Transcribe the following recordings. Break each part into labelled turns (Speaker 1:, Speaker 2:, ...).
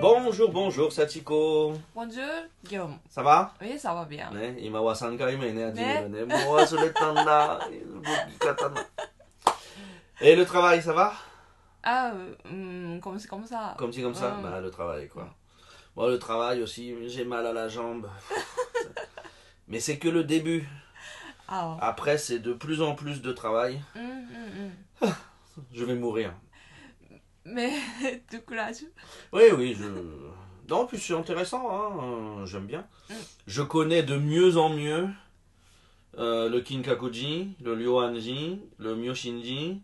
Speaker 1: bonjour, bonjour, Sachiko.
Speaker 2: Bonjour 業務
Speaker 1: Ça va
Speaker 2: えサバビア
Speaker 1: ね、今は3回目ね、始めるね。もう忘れたんだ。動き方の。Et le travail, ça va
Speaker 2: Ah, hum, comme, comme ça.
Speaker 1: Comme si comme ça
Speaker 2: Hum.
Speaker 1: Bah, le travail, quoi. Moi, le travail aussi, j'ai mal à la jambe. Mais c'est que le début.
Speaker 2: Ah,
Speaker 1: Après, c'est de plus en plus de travail.
Speaker 2: hum, hum, hum.
Speaker 1: Je vais mourir.
Speaker 2: Mais du courage.
Speaker 1: Oui, oui, je. Non, en plus c'est intéressant, hein, euh, j'aime bien.
Speaker 2: Mm.
Speaker 1: Je connais de mieux en mieux euh, le Kinkakuji, le Ryoanji, le Myoshinji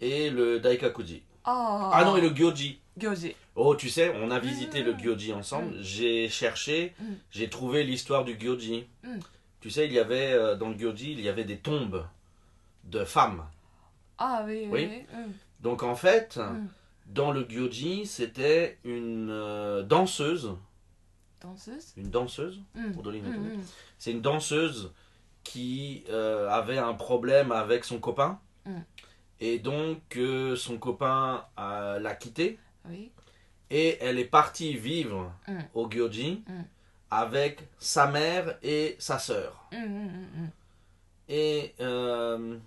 Speaker 1: et le Daikakuji.
Speaker 2: Ah,
Speaker 1: Ah, non, et le Gyoji.
Speaker 2: 行事。
Speaker 1: Oh, tu sais, on a visité le Gyoji ensemble.
Speaker 2: Mm.
Speaker 1: J'ai cherché,
Speaker 2: Mm.
Speaker 1: j'ai trouvé l'histoire du Gyoji.
Speaker 2: Mm.
Speaker 1: Tu sais, il y avait euh, dans le Gyoji, il y avait des tombes de femmes.
Speaker 2: Ah oui, oui.
Speaker 1: Oui.
Speaker 2: oui. hum,
Speaker 1: Donc en fait,
Speaker 2: hum.
Speaker 1: dans le Gyoji, c'était une euh, danseuse,
Speaker 2: Danseuse
Speaker 1: une danseuse
Speaker 2: Hum,
Speaker 1: Mandoline,
Speaker 2: hum,
Speaker 1: mandoline.
Speaker 2: hum.
Speaker 1: C'est une danseuse qui euh, avait un problème avec son copain.
Speaker 2: Mm.
Speaker 1: Et donc, euh, son copain euh, l'a quittée.
Speaker 2: Oui.
Speaker 1: Et elle est partie vivre
Speaker 2: Mm.
Speaker 1: au Gyoji
Speaker 2: Mm.
Speaker 1: avec sa mère et sa sœur.
Speaker 2: Hum, hum, hum, hum.
Speaker 1: Et euh,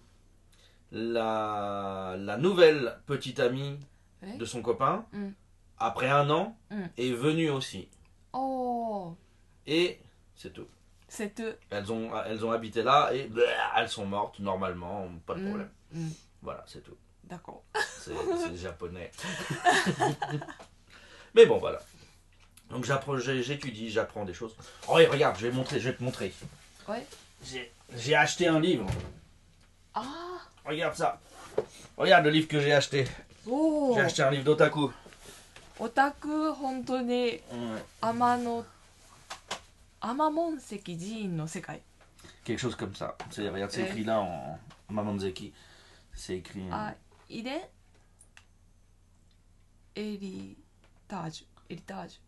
Speaker 1: la, la nouvelle petite amie
Speaker 2: Oui.
Speaker 1: de son copain,
Speaker 2: Mm.
Speaker 1: après un an,
Speaker 2: Mm.
Speaker 1: est venue aussi.
Speaker 2: Oh,
Speaker 1: Et c'est tout.
Speaker 2: c'est eux.
Speaker 1: Elles ont, elles ont habité là et bleh, elles sont mortes normalement, pas de
Speaker 2: Mm.
Speaker 1: problème.
Speaker 2: Mm.
Speaker 1: Voilà, c'est tout.
Speaker 2: D'accord.
Speaker 1: C'est c'est japonais. Mais bon, voilà. Donc j'apprends- j'ai- j'étudie, j'apprends des choses. Oh, et regarde, je vais, montrer, je vais te montrer.
Speaker 2: Ouais.
Speaker 1: J'ai- J'ai acheté un livre.
Speaker 2: Ah,
Speaker 1: Regarde ça. Regarde le livre que j'ai acheté.
Speaker 2: oh.
Speaker 1: J'ai acheté un livre d'Otaku.
Speaker 2: オタク本当に
Speaker 1: Ouais.
Speaker 2: 天の天門石寺院の世界。
Speaker 1: Quelque chose comme ça. C'est- Regarde, c'est
Speaker 2: Ouais. Ah,
Speaker 1: écrit là en Mamanzeki. C'est écrit. euh,
Speaker 2: あ、遺伝エリタージュエリタージ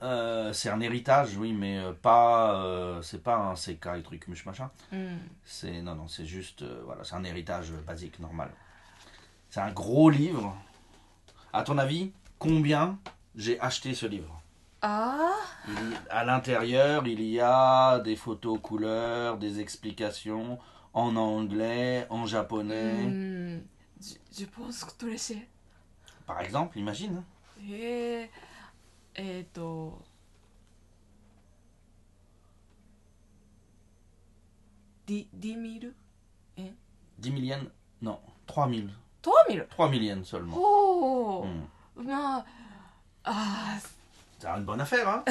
Speaker 1: Euh, c'est un héritage, oui, mais euh, pas. euh, c'est pas un CK et truc, much machin.
Speaker 2: ュ。うん。
Speaker 1: C'est non, non, c'est juste, euh, voilà, c'est un héritage euh, basique, normal. C'est un gros livre. À ton avis, combien j'ai acheté ce livre
Speaker 2: あ
Speaker 1: Il y- À l'intérieur, il y a des photos couleurs, des explications en anglais, en
Speaker 2: あ、う
Speaker 1: japonais.
Speaker 2: ん。ジュジュポンスクトレシェ。
Speaker 1: Par exemple, imagine.
Speaker 2: へえ。えっ、ー、と。ディディミル
Speaker 1: 10 000 yens Non, 3 000.
Speaker 2: トーミル
Speaker 1: 3 000 yens seulement.
Speaker 2: ほう、
Speaker 1: Hmm.
Speaker 2: まああー
Speaker 1: C'est une bonne affaire, hein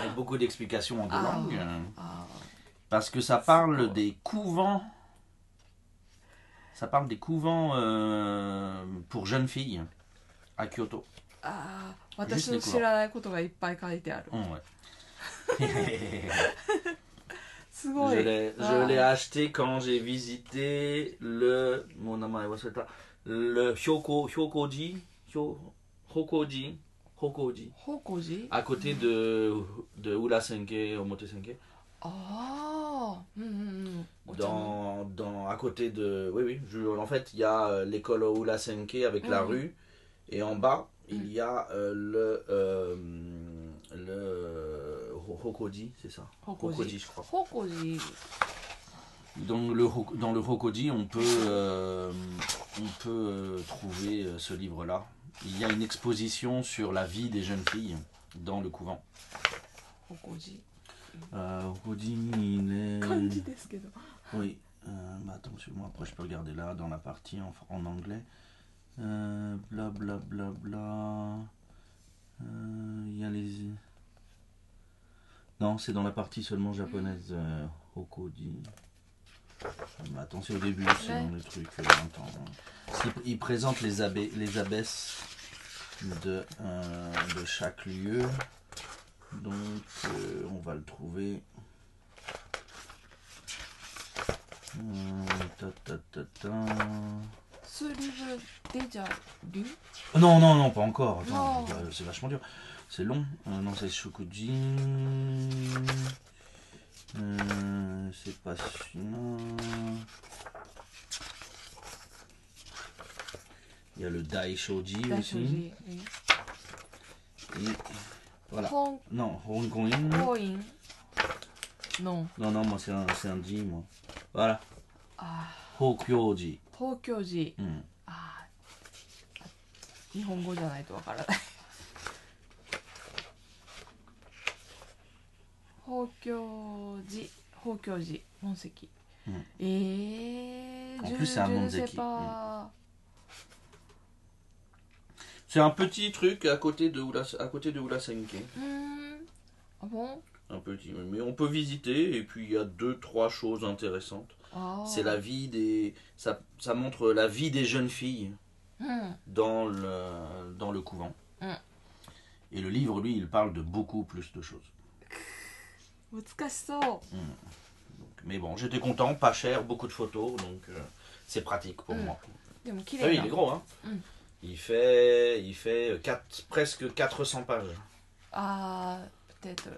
Speaker 1: Avec beaucoup d'explications en deux
Speaker 2: Ah.
Speaker 1: langues. euh,
Speaker 2: あ
Speaker 1: Parce que ça
Speaker 2: C'est
Speaker 1: parle
Speaker 2: beau.
Speaker 1: des couvents. Ça parle des couvents euh, pour jeunes filles à Kyoto.
Speaker 2: ーあー
Speaker 1: リ
Speaker 2: 私
Speaker 1: スニ
Speaker 2: の
Speaker 1: ックは
Speaker 2: 知らないことがいっぱい書いてある
Speaker 1: Oh, ouais.
Speaker 2: すごい
Speaker 1: je l'ai, je
Speaker 2: Ah.
Speaker 1: l'ai acheté quand j'ai visité le. Mon nom est Wasata. Le Hyoko, Hyokoji. Hyo- Hokoji. Hokoji.
Speaker 2: 宝光寺
Speaker 1: À côté de, de Urasenke, Omotesenke.
Speaker 2: ああうんうんうんお茶の
Speaker 1: dans, dans, à côté de. Oui, oui. je- en fait, il y a euh, l'école Oulasenke avec la
Speaker 2: Mhm.
Speaker 1: rue. Et en bas,
Speaker 2: Mhm.
Speaker 1: il y a euh, le. euh, le. Ho- Hokoji, c'est ça
Speaker 2: 宝光
Speaker 1: Hokoji,
Speaker 2: 寺
Speaker 1: je crois.
Speaker 2: 宝光寺
Speaker 1: Dans le, Ho- dans le Hokoji, on peut, euh, on peut euh, trouver euh, ce livre-là. Il y a une exposition sur la vie des jeunes filles dans le couvent.
Speaker 2: 宝光寺
Speaker 1: Euh, Hokoji, il est-
Speaker 2: 漢字ですけど
Speaker 1: Oui. Euh, bah attends, moi après je peux regarder là dans la partie en, fr- en anglais. Euh, bla bla bla bla. Euh, Il y a les. Non, c'est dans la partie seulement japonaise. euh, Hokoji. Mais attention au début, sinon
Speaker 2: Ouais.
Speaker 1: le truc euh, longtemps. S'il- Il présente les, abbé- les abbesses de, euh, de chaque lieu. Donc euh, on va le trouver. Hum, ta, ta, ta, ta.
Speaker 2: Ce livre déjà lu
Speaker 1: Non, non, non, pas encore. Attends,
Speaker 2: Non.
Speaker 1: bah, c'est vachement dur. C'est long. Euh, non, c'est Shokuji. Euh, c'est pas celui-là. Il y a le Daishoji aussi.
Speaker 2: Daishoji, oui.
Speaker 1: Et voilà.
Speaker 2: Hong
Speaker 1: Non, Hong Kong.
Speaker 2: Kong. Non.
Speaker 1: Non, non, moi c'est un, c'est un Ji, moi. Voilà.
Speaker 2: Ah,
Speaker 1: Hokyoji.
Speaker 2: 東京寺。
Speaker 1: Hmm.
Speaker 2: あー日本語じゃないとわからない宝鏡寺宝鏡寺門跡、
Speaker 1: うん
Speaker 2: ええー、
Speaker 1: En
Speaker 2: je-
Speaker 1: plus, c'est un
Speaker 2: je ne
Speaker 1: monde
Speaker 2: sais
Speaker 1: zeki.
Speaker 2: pas.
Speaker 1: C'est un petit truc à côté de, Uras, à côté de Urasenke.
Speaker 2: うーんあもう
Speaker 1: Un petit, oui. mais on peut visiter et puis il y a deux, trois choses intéressantes.
Speaker 2: あー
Speaker 1: C'est la vie des. Ça, ça montre la vie des jeunes filles
Speaker 2: うん
Speaker 1: dans le, dans le couvent.
Speaker 2: Mm.
Speaker 1: Et le livre, lui, il parle de beaucoup plus de choses.
Speaker 2: 難しそう
Speaker 1: Donc, mais bon, j'étais content, pas cher, beaucoup de photos, donc euh, c'est pratique pour
Speaker 2: Mm.
Speaker 1: moi.
Speaker 2: でも綺
Speaker 1: Ah oui,
Speaker 2: 麗
Speaker 1: il
Speaker 2: な
Speaker 1: est gros, hein
Speaker 2: Mm.
Speaker 1: Il fait, il fait euh, quatre- presque 400 pages
Speaker 2: Ah peut-être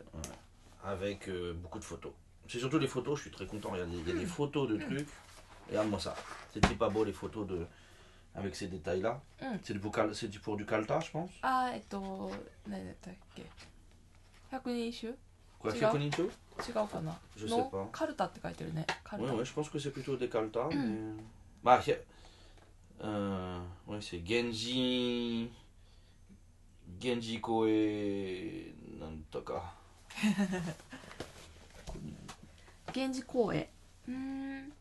Speaker 1: avec euh, beaucoup de photos. C'est surtout les photos, je suis très content. Regardez, il y a
Speaker 2: Mm.
Speaker 1: des photos de trucs. Regarde-moi ça. C'était pas beau les photos de. Avec ces détails-là.
Speaker 2: Mm.
Speaker 1: C'est du vocal- c'est du- pour du calta, je pense.
Speaker 2: あーえっと何だったっけ百人一首違
Speaker 1: Quoi,
Speaker 2: Tu
Speaker 1: c'est
Speaker 2: vois
Speaker 1: Cognito
Speaker 2: うかな
Speaker 1: Je sais
Speaker 2: の
Speaker 1: pas.
Speaker 2: カルタって書いてるねカル
Speaker 1: Ouais,
Speaker 2: タ、
Speaker 1: ouais, je pense que c'est plutôt des Calta. mais- Bah, y a- euh, ouais, c'est Genji. Genji Koe. Nantoka.
Speaker 2: 源氏公演うーん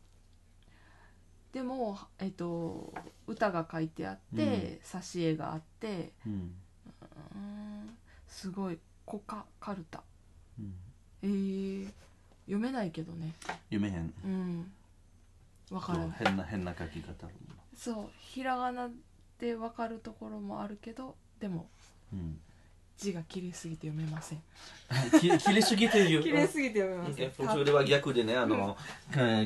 Speaker 2: でも、えっと、歌が書いてあって挿、絵があってうーんすごい「コカカルタ」えー、読めないけどね
Speaker 1: Yume hen.
Speaker 2: うんわからない
Speaker 1: Hen hen nakakikata.
Speaker 2: そうひらがなでわかるところもあるけどでも
Speaker 1: Hmm.
Speaker 2: 字が綺麗すぎて読めません
Speaker 1: Ki- kirisugiteyu.
Speaker 2: 綺麗すぎて読めません
Speaker 1: Ok, 、それは逆でね、あの、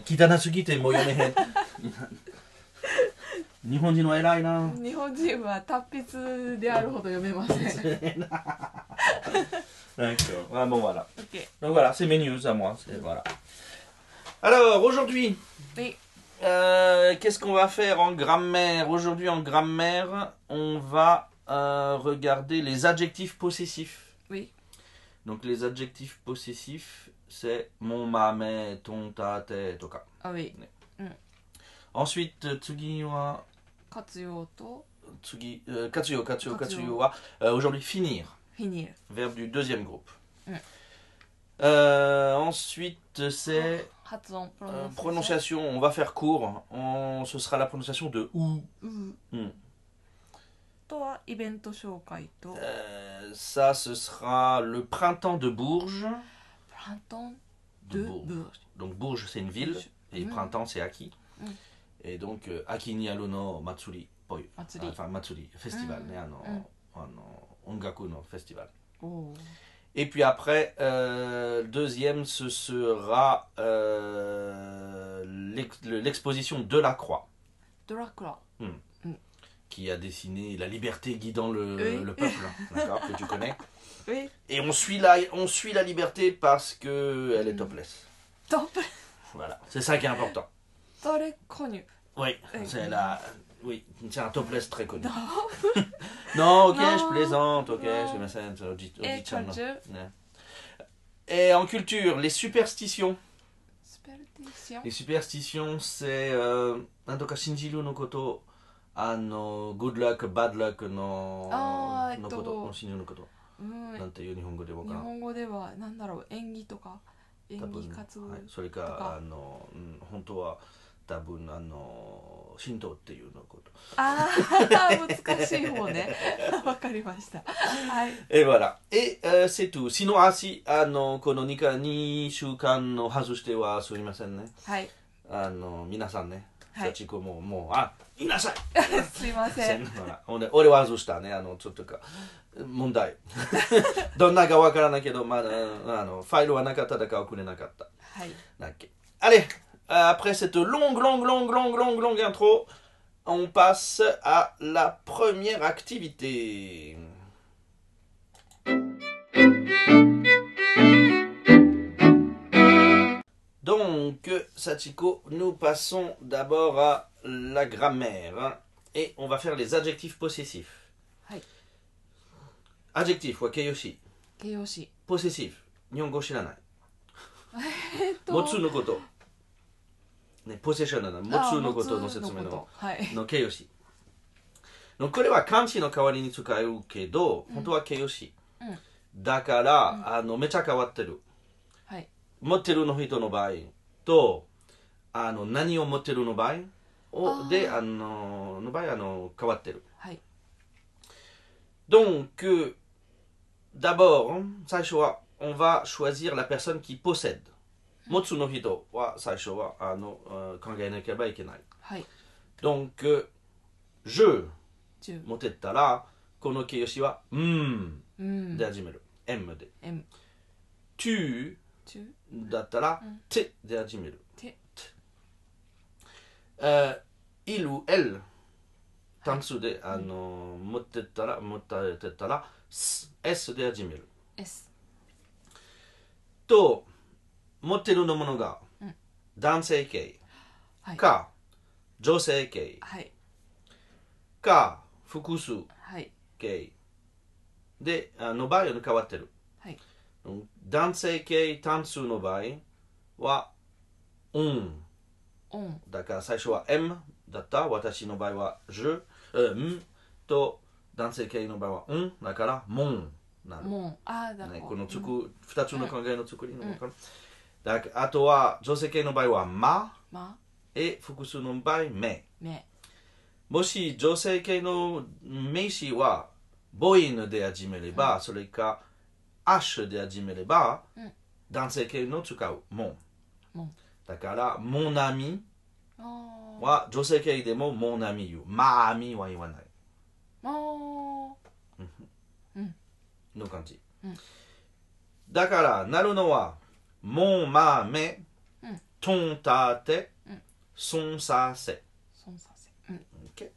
Speaker 1: 汚すぎてもう読めへん。日本人は偉いな。
Speaker 2: 日本人は達筆であるほど読めません OK
Speaker 1: あ、bon voilà. Donc voilà, c'est mes news à moi. c'est- Voilà. Alors, aujourd'hui,
Speaker 2: はい
Speaker 1: euh, qu'est-ce qu'on va faire en grammaire Aujourd'hui, en grammaire, on va euh, regarder les adjectifs possessifs.
Speaker 2: Oui.
Speaker 1: Donc, les adjectifs possessifs, c'est mon, ma, mais, ton, ta, te, toka.
Speaker 2: あウェイ
Speaker 1: Ensuite, tsugi wa
Speaker 2: 活用と
Speaker 1: Tsugi, euh, katsuyo,
Speaker 2: Katsuyo.
Speaker 1: katsuyo, katsuyo wa. Euh, Aujourd'hui, finir,
Speaker 2: フィニール
Speaker 1: verbe du deuxième groupe.
Speaker 2: Mm.
Speaker 1: Euh, ensuite, c'est
Speaker 2: 発音プロ
Speaker 1: euh,
Speaker 2: ナンシエーシ
Speaker 1: prononciation. On va faire court. On, ce sera la prononciation de ou.
Speaker 2: ョン
Speaker 1: う
Speaker 2: うんんあとはイベント紹介と
Speaker 1: Euh, ça, ce sera le printemps de Bourges.
Speaker 2: プラントン
Speaker 1: De
Speaker 2: ド
Speaker 1: Bourges.
Speaker 2: ゥブー
Speaker 1: Donc Bourges, c'est une ville. Et
Speaker 2: Mm.
Speaker 1: printemps, c'est Aki.
Speaker 2: Mm.
Speaker 1: Et donc, euh, Aki ni aru no Matsuri. poi. Ah,
Speaker 2: 祭り
Speaker 1: Enfin, Matsuri, festival.
Speaker 2: Mm.
Speaker 1: né, ano-
Speaker 2: Mm.
Speaker 1: ano- ongaku no festival.
Speaker 2: おおー
Speaker 1: Et puis après, euh, deuxième, ce sera euh, l'ex- le- l'exposition de la croix,
Speaker 2: ドラクラ
Speaker 1: qui a dessiné La liberté guidant le,
Speaker 2: Oui.
Speaker 1: le peuple, hein, d'accord, que tu connais.
Speaker 2: え
Speaker 1: Et on suit la, on suit la liberté parce que elle est topless.
Speaker 2: トップ
Speaker 1: Voilà, c'est ça qui est important.
Speaker 2: それコニュ
Speaker 1: Oui,
Speaker 2: Oui.
Speaker 1: c'est la... Oui, c'est un topless très connu.
Speaker 2: ド
Speaker 1: Non, ok,
Speaker 2: Non.
Speaker 1: je plaisante, ok,
Speaker 2: Non.
Speaker 1: je me sens, on dit- on
Speaker 2: え
Speaker 1: dit
Speaker 2: カ
Speaker 1: ça,
Speaker 2: ルチュ
Speaker 1: non. Et en culture, les superstitions.
Speaker 2: スペルティション
Speaker 1: Les superstitions, c'est. Euh, nantoka shinjiru no koto. Ah no, good luck, bad luck no.
Speaker 2: あーえっ
Speaker 1: no
Speaker 2: と
Speaker 1: koto. No shinjiru no koto.
Speaker 2: うん
Speaker 1: なんていう日本語でわ
Speaker 2: 日
Speaker 1: からん。
Speaker 2: 本語ではなんだろう演技とか演
Speaker 1: 多
Speaker 2: 技
Speaker 1: 分
Speaker 2: 活動
Speaker 1: はい、それ
Speaker 2: とか
Speaker 1: か、あの、うん、本当は多分、あの、神道っていうのこと。
Speaker 2: ああ 難しい方ねわかりましたはい
Speaker 1: Et voilà. Et euh, c'est tout. Sinon, ah si, あの、この2か2週間の外してはすみませんね。
Speaker 2: はい
Speaker 1: あの皆さんね、
Speaker 3: はい
Speaker 1: 幸子ももうあいなさい
Speaker 2: すいませ
Speaker 1: せん
Speaker 2: ん。
Speaker 1: ほら俺俺は外したねあのちょっとか 問題どんなかわからないけど、まあ、あのファイルはなかっただから送れなかった
Speaker 2: はい。
Speaker 1: だっけ Allez, euh, après cette longue, longue, longue, longue, longue, longue intro, on passe à la première activité. Donc, Sachiko, nous passons d'abord à la grammaire. hein, et on va faire les adjectifs possessifs.
Speaker 2: Hi.
Speaker 1: Adjectif, wakeyoshi.
Speaker 2: 形容詞。
Speaker 1: Possessif. Nyongo shiranai.
Speaker 2: えっと
Speaker 1: 持つのこと。ね、ポセッションなの。
Speaker 2: あ
Speaker 1: 持つのことの
Speaker 2: 持つ
Speaker 1: 説明
Speaker 2: こ
Speaker 1: の
Speaker 2: とはい。
Speaker 1: の形容詞。のこれは漢詞の代わりに使うけど、本当は形容詞。
Speaker 2: うん
Speaker 1: だから、あの、めちゃ変わってる。
Speaker 2: はい。
Speaker 1: 持ってるの人の場合と、あの、何を持ってるの場合
Speaker 2: あ
Speaker 1: を
Speaker 2: ー
Speaker 1: で、あの、の場合、あの、変わってる。
Speaker 2: はい。
Speaker 1: Donc, euh, d'abord, Saishoa, on va choisir la personne qui possède. Motsu no hito wa Saishoa, ano, euh, kangai nakeba ikenai.
Speaker 2: はい。
Speaker 1: Donc, euh, je
Speaker 2: 十。
Speaker 1: motettara, kono keyoshi wa mm
Speaker 2: うん。
Speaker 1: de hajimeru. M de.
Speaker 2: M。
Speaker 1: Tu
Speaker 2: 十。
Speaker 1: dattara te de hajimeru.
Speaker 2: て。
Speaker 1: Euh, il ou elle, tansu de, ano, motettara, motettara, s S de hajimeru.
Speaker 2: S。
Speaker 1: と持ってるのものが
Speaker 2: うん
Speaker 1: 男性系
Speaker 2: はい。
Speaker 1: か女性系
Speaker 2: はい。
Speaker 1: か複数
Speaker 2: はい。
Speaker 1: 系であの場合に変わってる
Speaker 2: はい。
Speaker 1: うん男性系単数の場合は「うん
Speaker 2: オン。」
Speaker 1: だから最初は「m」だった私の場合は「je」「うん」と男性系の場合は「うん」だから「もん」なる
Speaker 2: もん。ああ、だから。
Speaker 1: ね、このつく、2つの考えの作りの分かる、だからあとは女性系の場合は「ま
Speaker 2: ま。」
Speaker 1: え複数の場合「め
Speaker 2: め。」
Speaker 1: もし女性系の名詞は母音で始めれば、それか「h」で始めれば、
Speaker 2: うん
Speaker 1: 男性系の使う「もん」
Speaker 2: もん。
Speaker 1: だから「もんなみ
Speaker 2: あ」あ。
Speaker 1: は女性系でも「もんなみ」言う「まあみ」は言わない
Speaker 2: ああ。
Speaker 1: の感じ、
Speaker 2: うん
Speaker 1: だからなるのは「もんまめ」
Speaker 2: うん
Speaker 1: とんたて
Speaker 2: うん」
Speaker 1: 「そんさせ」
Speaker 2: 損させ。うん。
Speaker 1: OK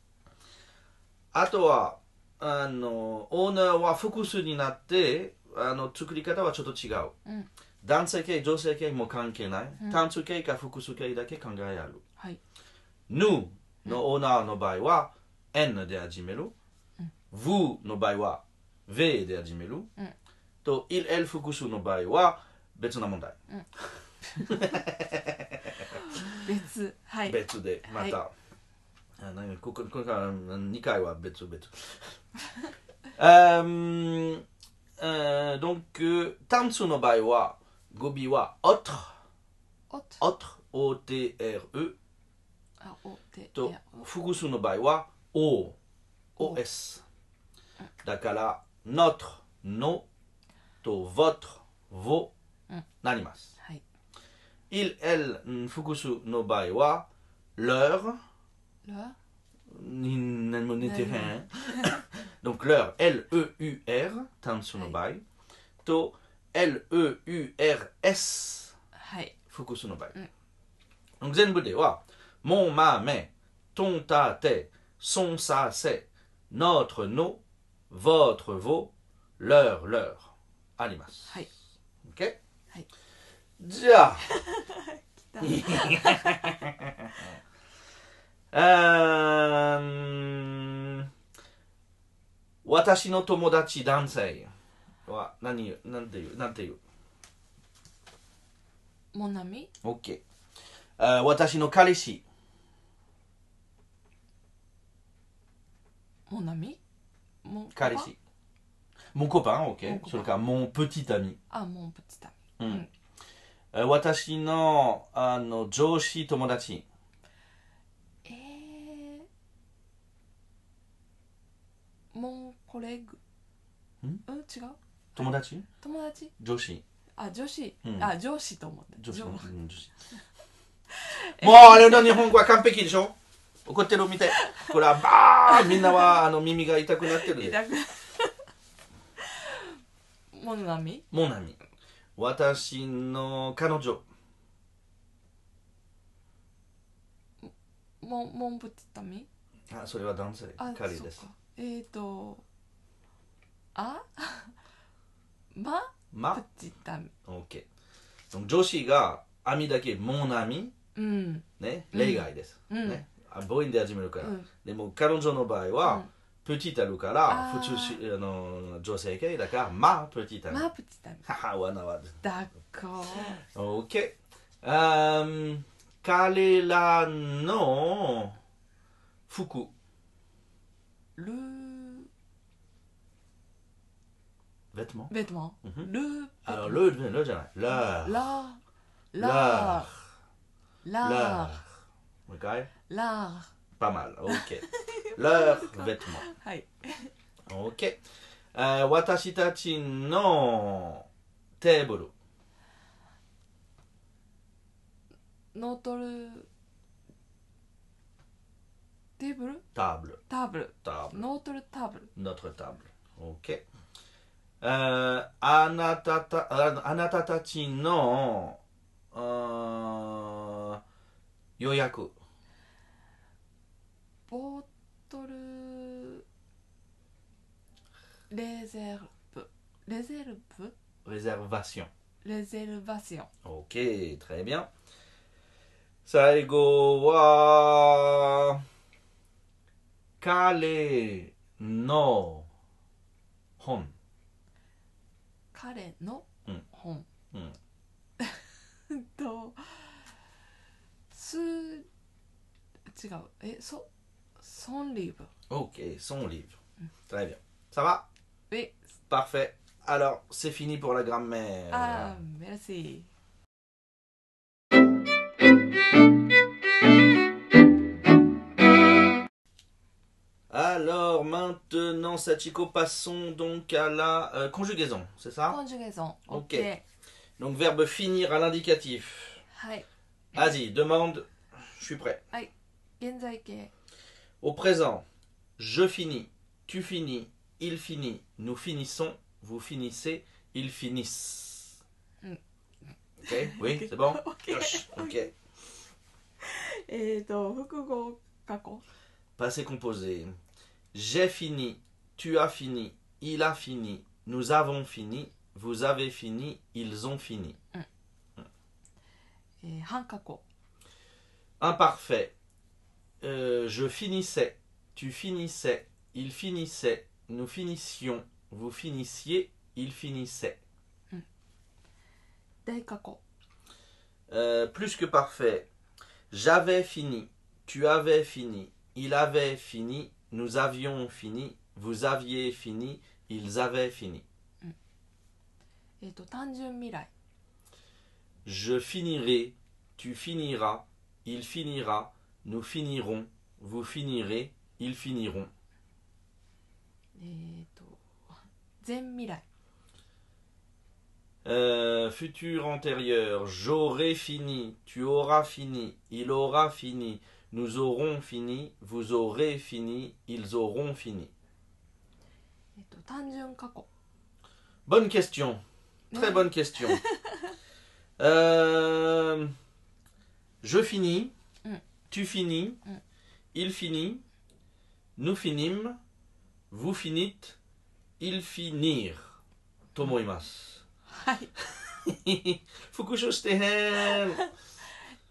Speaker 1: あとはあのオーナーは複数になってあの作り方はちょっと違う、
Speaker 2: うん
Speaker 1: 男性系女性系も関係ない、
Speaker 2: うん
Speaker 1: 単数系か複数系だけ考えある
Speaker 2: はい。
Speaker 1: 「ぬ」のオーナーの場合は「n」で始める「v、の場合は「v」で始める、
Speaker 2: うん
Speaker 1: と「il」「el」複数の場合は別な問題、
Speaker 2: 別。はい。
Speaker 1: 別でまた、あ何こここれから2回は別々 Euh, euh, donc euh, 単数の場合は語尾は autre
Speaker 2: おっと。
Speaker 1: autre o t r e
Speaker 2: あ、おて。
Speaker 1: と
Speaker 2: いやお
Speaker 1: 複数の場合は o o s だから notre no と votre vos
Speaker 2: うん
Speaker 1: なります
Speaker 2: はい。
Speaker 1: il elle 複数の場合は leur
Speaker 2: ら。
Speaker 1: Ni- nan- mon terrain. Donc leur L-E-U-R, Tansunobai, to L-E-U-R-S,
Speaker 2: はい。
Speaker 1: Fukusunobai.
Speaker 2: Ouais.
Speaker 1: Donc Zen Bouddha, wa, mon ma mais, ton ta te, son sa c'est, notre nos, votre vos, leur leur. Alimas.
Speaker 2: はい。
Speaker 1: Ok
Speaker 2: Ouais.
Speaker 1: Ja.
Speaker 2: だ
Speaker 1: Euh, 私の友達男性は何言うなんて言うなんて言う
Speaker 2: もなみ。
Speaker 1: ?OK、あー私の彼氏
Speaker 2: もなみ。も。
Speaker 1: 彼氏 mon copain
Speaker 2: Mon
Speaker 1: OK
Speaker 2: copain
Speaker 1: それから mon petit ami、
Speaker 2: あ、もうぶつだ。
Speaker 1: うん
Speaker 2: ん
Speaker 1: あー私のあの上司友達
Speaker 2: えー。もうこれぐ。
Speaker 1: ん
Speaker 2: うん、違う。
Speaker 1: 友達
Speaker 2: 友達。
Speaker 1: 上司
Speaker 2: あ、女子
Speaker 1: う。ん
Speaker 2: あ、上司と思った。
Speaker 1: 上司
Speaker 2: 上
Speaker 1: うん上司もう俺の日本語は完璧でしょ怒ってるみたい。これはバーンみんなはあの耳が痛くなってるで。
Speaker 2: 痛く モノナミ
Speaker 1: モナミ。私の彼女。
Speaker 2: モンモンブツタミ
Speaker 1: あ、それは男性。
Speaker 2: あ
Speaker 1: 彼です
Speaker 2: そう。かえっ、とあ ま
Speaker 1: ま
Speaker 2: プ、チタミ
Speaker 1: オッケー。その女子が網だけモナミ、
Speaker 2: うん
Speaker 1: ね、例外です。
Speaker 2: うん
Speaker 1: ね。あ母音で始めるから。
Speaker 2: うん
Speaker 1: でも彼女の場合は、
Speaker 2: うん
Speaker 1: プチタルから
Speaker 2: あ
Speaker 1: 普
Speaker 2: ー
Speaker 1: 通しあの女性系だから、ま、プチタル。
Speaker 2: まプチタミ
Speaker 1: 母はなわです。
Speaker 2: だこ
Speaker 1: OK。Um, 彼らの服、
Speaker 2: ルー
Speaker 1: vêtements
Speaker 2: ベトマン、ルー
Speaker 1: Alors le, le, le じゃない。
Speaker 2: ラ
Speaker 1: leur
Speaker 2: ララ
Speaker 1: ラ
Speaker 2: ラ
Speaker 1: leur OK
Speaker 2: ラ
Speaker 1: pas mal. OK. leur vêtements
Speaker 2: はい
Speaker 1: OK。え Euh, ー私たちのテーブル。
Speaker 2: ノートルテーブル
Speaker 1: タブル。
Speaker 2: ターブル
Speaker 1: タブル。
Speaker 2: ノートルターブル
Speaker 1: notre table. OK。え Euh, ーあなたた、ああなたたちの、うーん予約。
Speaker 2: ボトルレゼルブレゼルブ
Speaker 1: réservation.
Speaker 2: レゼルバシオン
Speaker 1: Ok, très bien. Saigo wa kare no hon.
Speaker 2: 彼の
Speaker 1: うん
Speaker 2: 本、
Speaker 1: うん
Speaker 2: とす違うえそソンリーブ
Speaker 1: Ok, son livre. Très bien. Ça va
Speaker 2: え
Speaker 1: Parfait. Alors, c'est fini pour la grammaire.
Speaker 2: あーメルシー
Speaker 1: Alors, maintenant, Sachiko, passons donc à la euh, conjugaison, c'est ça
Speaker 2: コンジュゲーション
Speaker 1: OK
Speaker 2: OK
Speaker 1: Donc, verbe finir à l'indicatif.
Speaker 2: はい
Speaker 1: Vas-y, demande. Je suis prêt.
Speaker 2: 現在形
Speaker 1: Au présent, je finis, tu finis, il finit, nous finissons, vous finissez, ils finissent.
Speaker 2: Mm.
Speaker 1: Ok, oui, c'est bon
Speaker 2: OK
Speaker 1: Yosh, Ok.
Speaker 2: えっと複合過去
Speaker 1: Passé composé. J'ai fini, tu as fini, il a fini, nous avons fini, vous avez fini, ils ont fini.
Speaker 2: えー半過去
Speaker 1: Imparfait. Euh, je finissais, tu finissais, il finissait, nous finissions, vous finissiez, ils finissaient.
Speaker 2: 大過去
Speaker 1: Euh, plus que parfait. J'avais fini, tu avais fini, il avait fini, nous avions fini, vous aviez fini, ils avaient fini.
Speaker 2: えっと単純未来
Speaker 1: Je finirai, tu finiras, il finira, nous finirons, vous finirez, ils finiront.
Speaker 2: えっと全未来
Speaker 1: Euh, futur antérieur, j'aurai fini, tu auras fini, il aura fini, nous aurons fini, vous aurez fini, ils auront fini.
Speaker 2: えっと単純過去
Speaker 1: Bonne question. Très
Speaker 2: Oui.
Speaker 1: bonne question. Euh, je finis.
Speaker 2: Mm.
Speaker 1: Tu finis.
Speaker 2: Mm.
Speaker 1: Il finit. Nous finîmes. Vous finîtes. Ils finirent. Tomoimasu.
Speaker 2: はい
Speaker 1: Fukusho shitehen.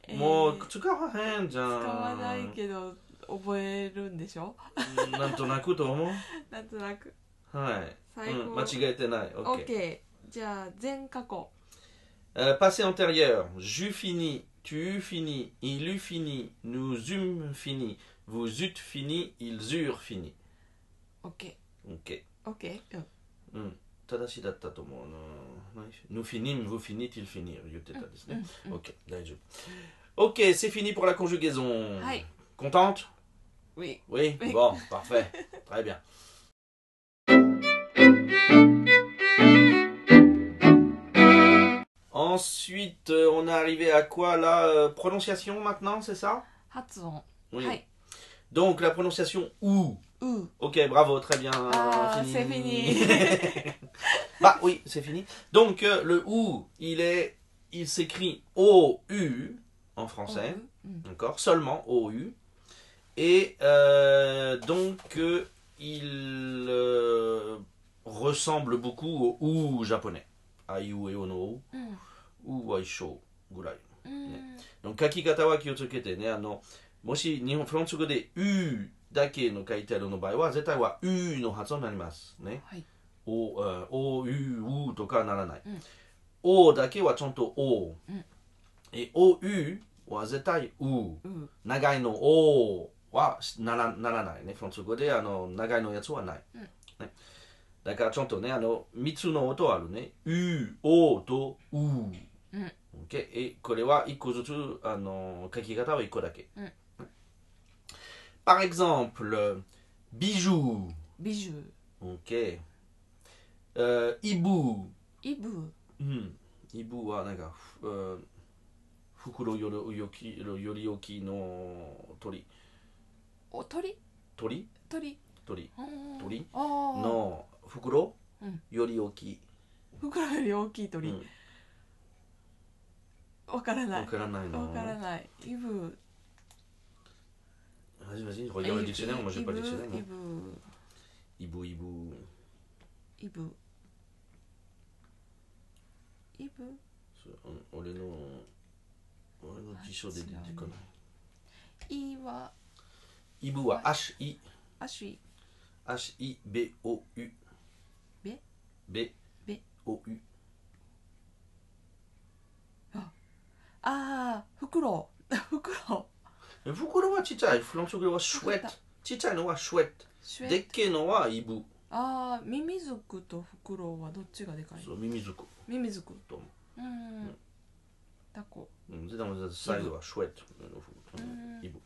Speaker 2: えー
Speaker 1: Mo tsukarahen
Speaker 2: 使わない
Speaker 1: jan.
Speaker 2: けど覚えるんでしょ
Speaker 1: Nantonaku to omou.
Speaker 2: なんとなく
Speaker 1: Ouais.
Speaker 2: 最高
Speaker 1: Mm, Machigaete nai.
Speaker 2: OK,
Speaker 1: Ok.
Speaker 2: じゃあ全過去
Speaker 1: Euh, passé antérieur. J'eus fini, tu eus fini, il eut fini, nous eûmes fini, vous eûtes fini, ils eurent fini.
Speaker 2: OKOK、
Speaker 1: Ok.
Speaker 2: OK うん、
Speaker 1: 正しいだったと思うな。Nous finîmes, vous finîtes, ils finirent. 言ってたですね。Ok, 大丈夫。Ok, c'est fini pour la conjugaison.
Speaker 2: はい
Speaker 1: Contente
Speaker 2: We
Speaker 1: Oui,
Speaker 2: Oui.
Speaker 1: Bon, parfait. Très bien. On ensuite, euh, on est arrivé à quoi là euh, Prononciation maintenant, c'est ça
Speaker 2: 発音。
Speaker 1: Oui.
Speaker 2: はい。
Speaker 1: Donc la prononciation ou.
Speaker 2: う。
Speaker 1: Ok, bravo, très bien. euh,
Speaker 2: Ah, c'est fini.
Speaker 1: bah oui, c'est fini. Donc euh, le ou, il est, il s'écrit O U en français,
Speaker 2: うん。
Speaker 1: d'accord Seulement O U. Et euh, donc euh, il euh, ressemble beaucoup au ou japonais. Ayu e ono
Speaker 2: うん
Speaker 1: ou aisho gurai.
Speaker 2: うん。
Speaker 1: の書き方は気をつけてねあのもし日本フランス語で「う」だけの書いてあるの場合は絶対は「う」の発音になりますね
Speaker 2: はい。
Speaker 1: 「お」あ「お」「う」「う」とかならない
Speaker 2: うん
Speaker 1: 「お」だけはちゃんと「お
Speaker 2: うん」
Speaker 1: え「お」「う」は絶対「う
Speaker 2: う」ん。
Speaker 1: 長いの「お」はならならないねフランス語であの長いのやつはない、
Speaker 2: うん
Speaker 1: ね、だからちゃんとねあの3つの音あるね「う」「お」と「う」
Speaker 2: うん。
Speaker 1: OK えこれは1個ずつあの書き方は1個だけ、
Speaker 2: うん
Speaker 1: Par exemple ビジュ
Speaker 2: ビジュ。
Speaker 1: ー OK えーイブー
Speaker 2: イブ。
Speaker 1: うんイブーはなんかふえー袋よりよきよりよきの鳥
Speaker 2: お、鳥。
Speaker 1: 鳥
Speaker 2: 鳥。
Speaker 1: 鳥
Speaker 2: うん
Speaker 1: 鳥。
Speaker 2: ああ。。
Speaker 1: の袋
Speaker 2: うん
Speaker 1: より大きい
Speaker 2: 袋より大きい鳥。
Speaker 1: うん
Speaker 2: わからな
Speaker 1: わ
Speaker 2: い。
Speaker 1: からない
Speaker 2: わ
Speaker 1: の
Speaker 2: からない。イブ。
Speaker 1: vas-y vas-y regarde le
Speaker 2: イブ
Speaker 1: dictionnaire moi j'ai pas le
Speaker 2: イ
Speaker 1: dictionnaire
Speaker 2: ブ。
Speaker 1: イブイブ
Speaker 2: イブ。イブ。
Speaker 1: そううん俺の俺の辞書で出てこない
Speaker 2: イは。
Speaker 1: イブは HI
Speaker 2: 足。
Speaker 1: HIBOU
Speaker 2: べ
Speaker 1: B
Speaker 2: べ
Speaker 1: OU
Speaker 2: ああ、袋。 袋。
Speaker 1: 袋はちっちゃいフランス語はシュエットちっちゃいのはシュエッ
Speaker 2: シ
Speaker 1: ト
Speaker 2: ュ
Speaker 1: で
Speaker 2: エ
Speaker 1: っけえのはイブ
Speaker 2: ああ、ミミズクと袋はどっちがでかい
Speaker 1: そうミミズク
Speaker 2: ミミズク。
Speaker 1: と思
Speaker 2: うん。タコ。
Speaker 1: うんでもサイズはシュエット
Speaker 2: ん
Speaker 1: イブ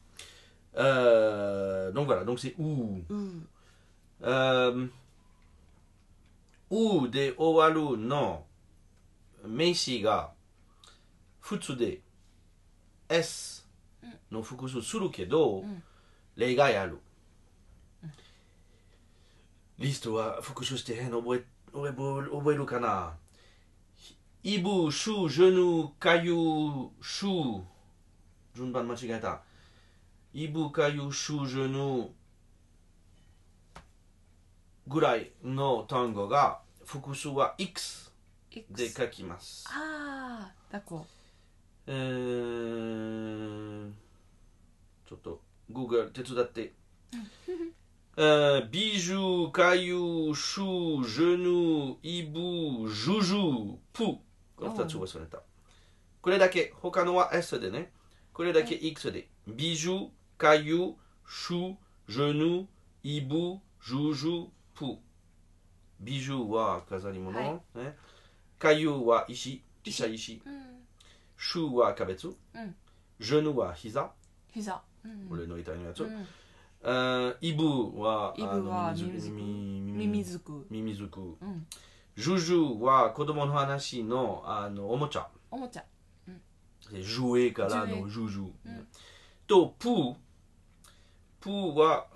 Speaker 1: Euh, donc voilà, donc c'est ou.
Speaker 2: うん。
Speaker 1: Euh, ou de owaru no meishi ga futsu de s
Speaker 2: うん。
Speaker 1: の複数するけど、
Speaker 2: うん
Speaker 1: 例外ある、リストは復習して変覚え覚え覚えるかなイブ、シュ、ジェヌ、カユ、シュ順番間違えたイブ、カユ、シュ、ジェヌぐらいの単語が複数は X で
Speaker 2: X。
Speaker 1: 書きます
Speaker 2: ああ、タコ。
Speaker 1: えーちょっと Google 手伝って。 えービジュ、カユ、シュ、ジェヌ、イブ、ジュジュ、プー。この2つ忘れた。これだけ、他のは S でね。これだけ X で。ビジュ、カユ、シュ、ジェヌ、イブ、ジュジュ、プー。ビジュは飾り物。
Speaker 2: は
Speaker 1: ね、カユは石、小さい石。
Speaker 2: うん。
Speaker 1: シューはキャベツ、
Speaker 2: うん
Speaker 1: ジェヌは膝、
Speaker 2: 膝。うん。
Speaker 1: 俺の痛いのやつ、
Speaker 2: うん
Speaker 1: えーイブは
Speaker 2: イブは
Speaker 1: あの
Speaker 2: ミミズクミミズク。
Speaker 1: ミミズク
Speaker 2: うん。
Speaker 1: ジュジュは子供の話のあのおもちゃ
Speaker 2: おもちゃ。
Speaker 1: でジュエから
Speaker 2: ジュ
Speaker 1: の
Speaker 2: エ
Speaker 1: ジュジュ、
Speaker 2: うん
Speaker 1: とプープーは、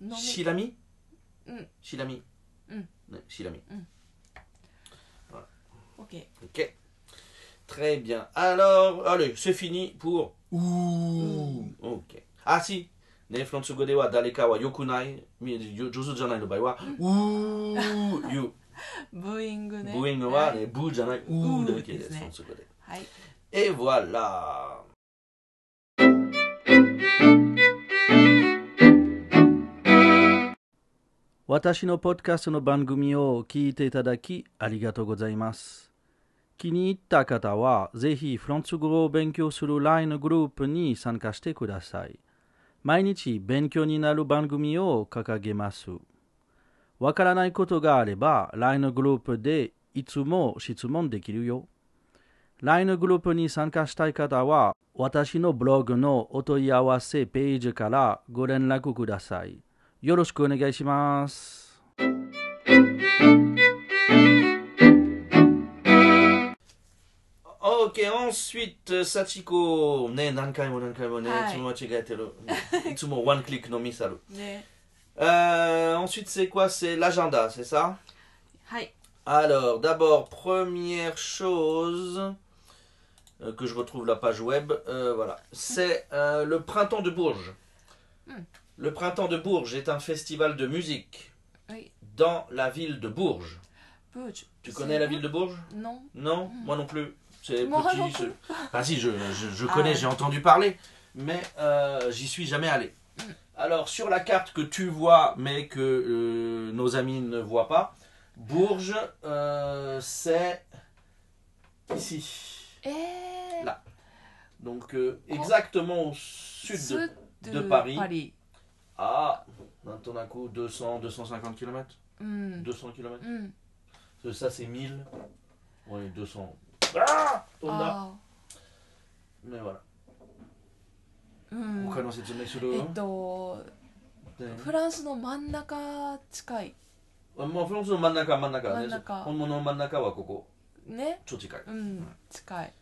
Speaker 1: うん
Speaker 2: の
Speaker 1: シラミ、
Speaker 2: うん
Speaker 1: シラミ、
Speaker 2: うん
Speaker 1: ね、シラミ
Speaker 2: オッケ
Speaker 1: ok très bien alors allez c'est fini pour Ouh. ok ah si ね、フランス語では誰かは良くない、み上手じゃないの場合は、うー言う。
Speaker 2: ー。ブーイングね。
Speaker 1: ブーイングは
Speaker 2: はい
Speaker 1: ね、ブーじゃない、う
Speaker 2: う
Speaker 1: ー
Speaker 2: ー
Speaker 1: だけで
Speaker 2: です
Speaker 1: す、
Speaker 2: ね
Speaker 1: フランス語で。
Speaker 2: はい。
Speaker 1: Et voilà.「私のポッドキャストの番組を聞いていただきありがとうございます。気に入った方は、ぜひフランス語を勉強する LINE のグループに参加してください。毎日勉強になる番組を掲げます。わからないことがあれば、LINE のグループでいつも質問できるよ。LINE のグループに参加したい方は、私のブログのお問い合わせページからご連絡ください。よろしくお願いします。 OK, ensuite, Sachiko. Ne, nankai mo nankai mo ne,
Speaker 2: Hi.
Speaker 1: itsumo machigaeteru. Itsumo one click no misaru.
Speaker 2: ね
Speaker 1: Euh, ensuite, c'est quoi C'est l'agenda, c'est ça
Speaker 2: はい
Speaker 1: Alors, d'abord, première chose euh, que je retrouve la page web, euh, voilà, c'est euh, le printemps de Bourges.
Speaker 2: Mm.
Speaker 1: Le printemps de Bourges est un festival de musique
Speaker 2: Oui.
Speaker 1: dans la ville de Bourges.
Speaker 2: ブージュ
Speaker 1: Tu connais la ville de Bourges
Speaker 2: での
Speaker 1: Non,
Speaker 2: Mm.
Speaker 1: moi non plus. C'est
Speaker 2: Moi
Speaker 1: petit.
Speaker 2: non
Speaker 1: je-
Speaker 2: plus.
Speaker 1: Enfin, si, je, je, je
Speaker 2: Ah
Speaker 1: connais,
Speaker 2: ouais.
Speaker 1: j'ai entendu parler, mais euh, j'y suis jamais allé.
Speaker 2: Hmm.
Speaker 1: Alors, sur la carte que tu vois, mais que euh, nos amis ne voient pas, Bourges, euh, c'est ici.
Speaker 2: えー、
Speaker 1: Là. Donc, euh,
Speaker 2: Oh.
Speaker 1: exactement au sud de.
Speaker 2: ス
Speaker 1: de
Speaker 2: ドゥ
Speaker 1: Paris.
Speaker 2: パリ
Speaker 1: Ah, maintenant d'un coup, 200, 250 km
Speaker 2: うん、
Speaker 1: 200 km
Speaker 2: うん、
Speaker 1: Euh, Ça, c'est 1000. Ouais, 200. Ah On a.
Speaker 2: あ
Speaker 1: Mais voilà.
Speaker 2: ーうん、
Speaker 1: Pourquoi non, c'est de mec
Speaker 2: えっとフランスの真ん中近い
Speaker 1: もうフランスの真ん中真ん中ね
Speaker 2: 真ん中
Speaker 1: 本物の真ん中はここ
Speaker 2: ね
Speaker 1: ちょっと近い
Speaker 2: うん近い、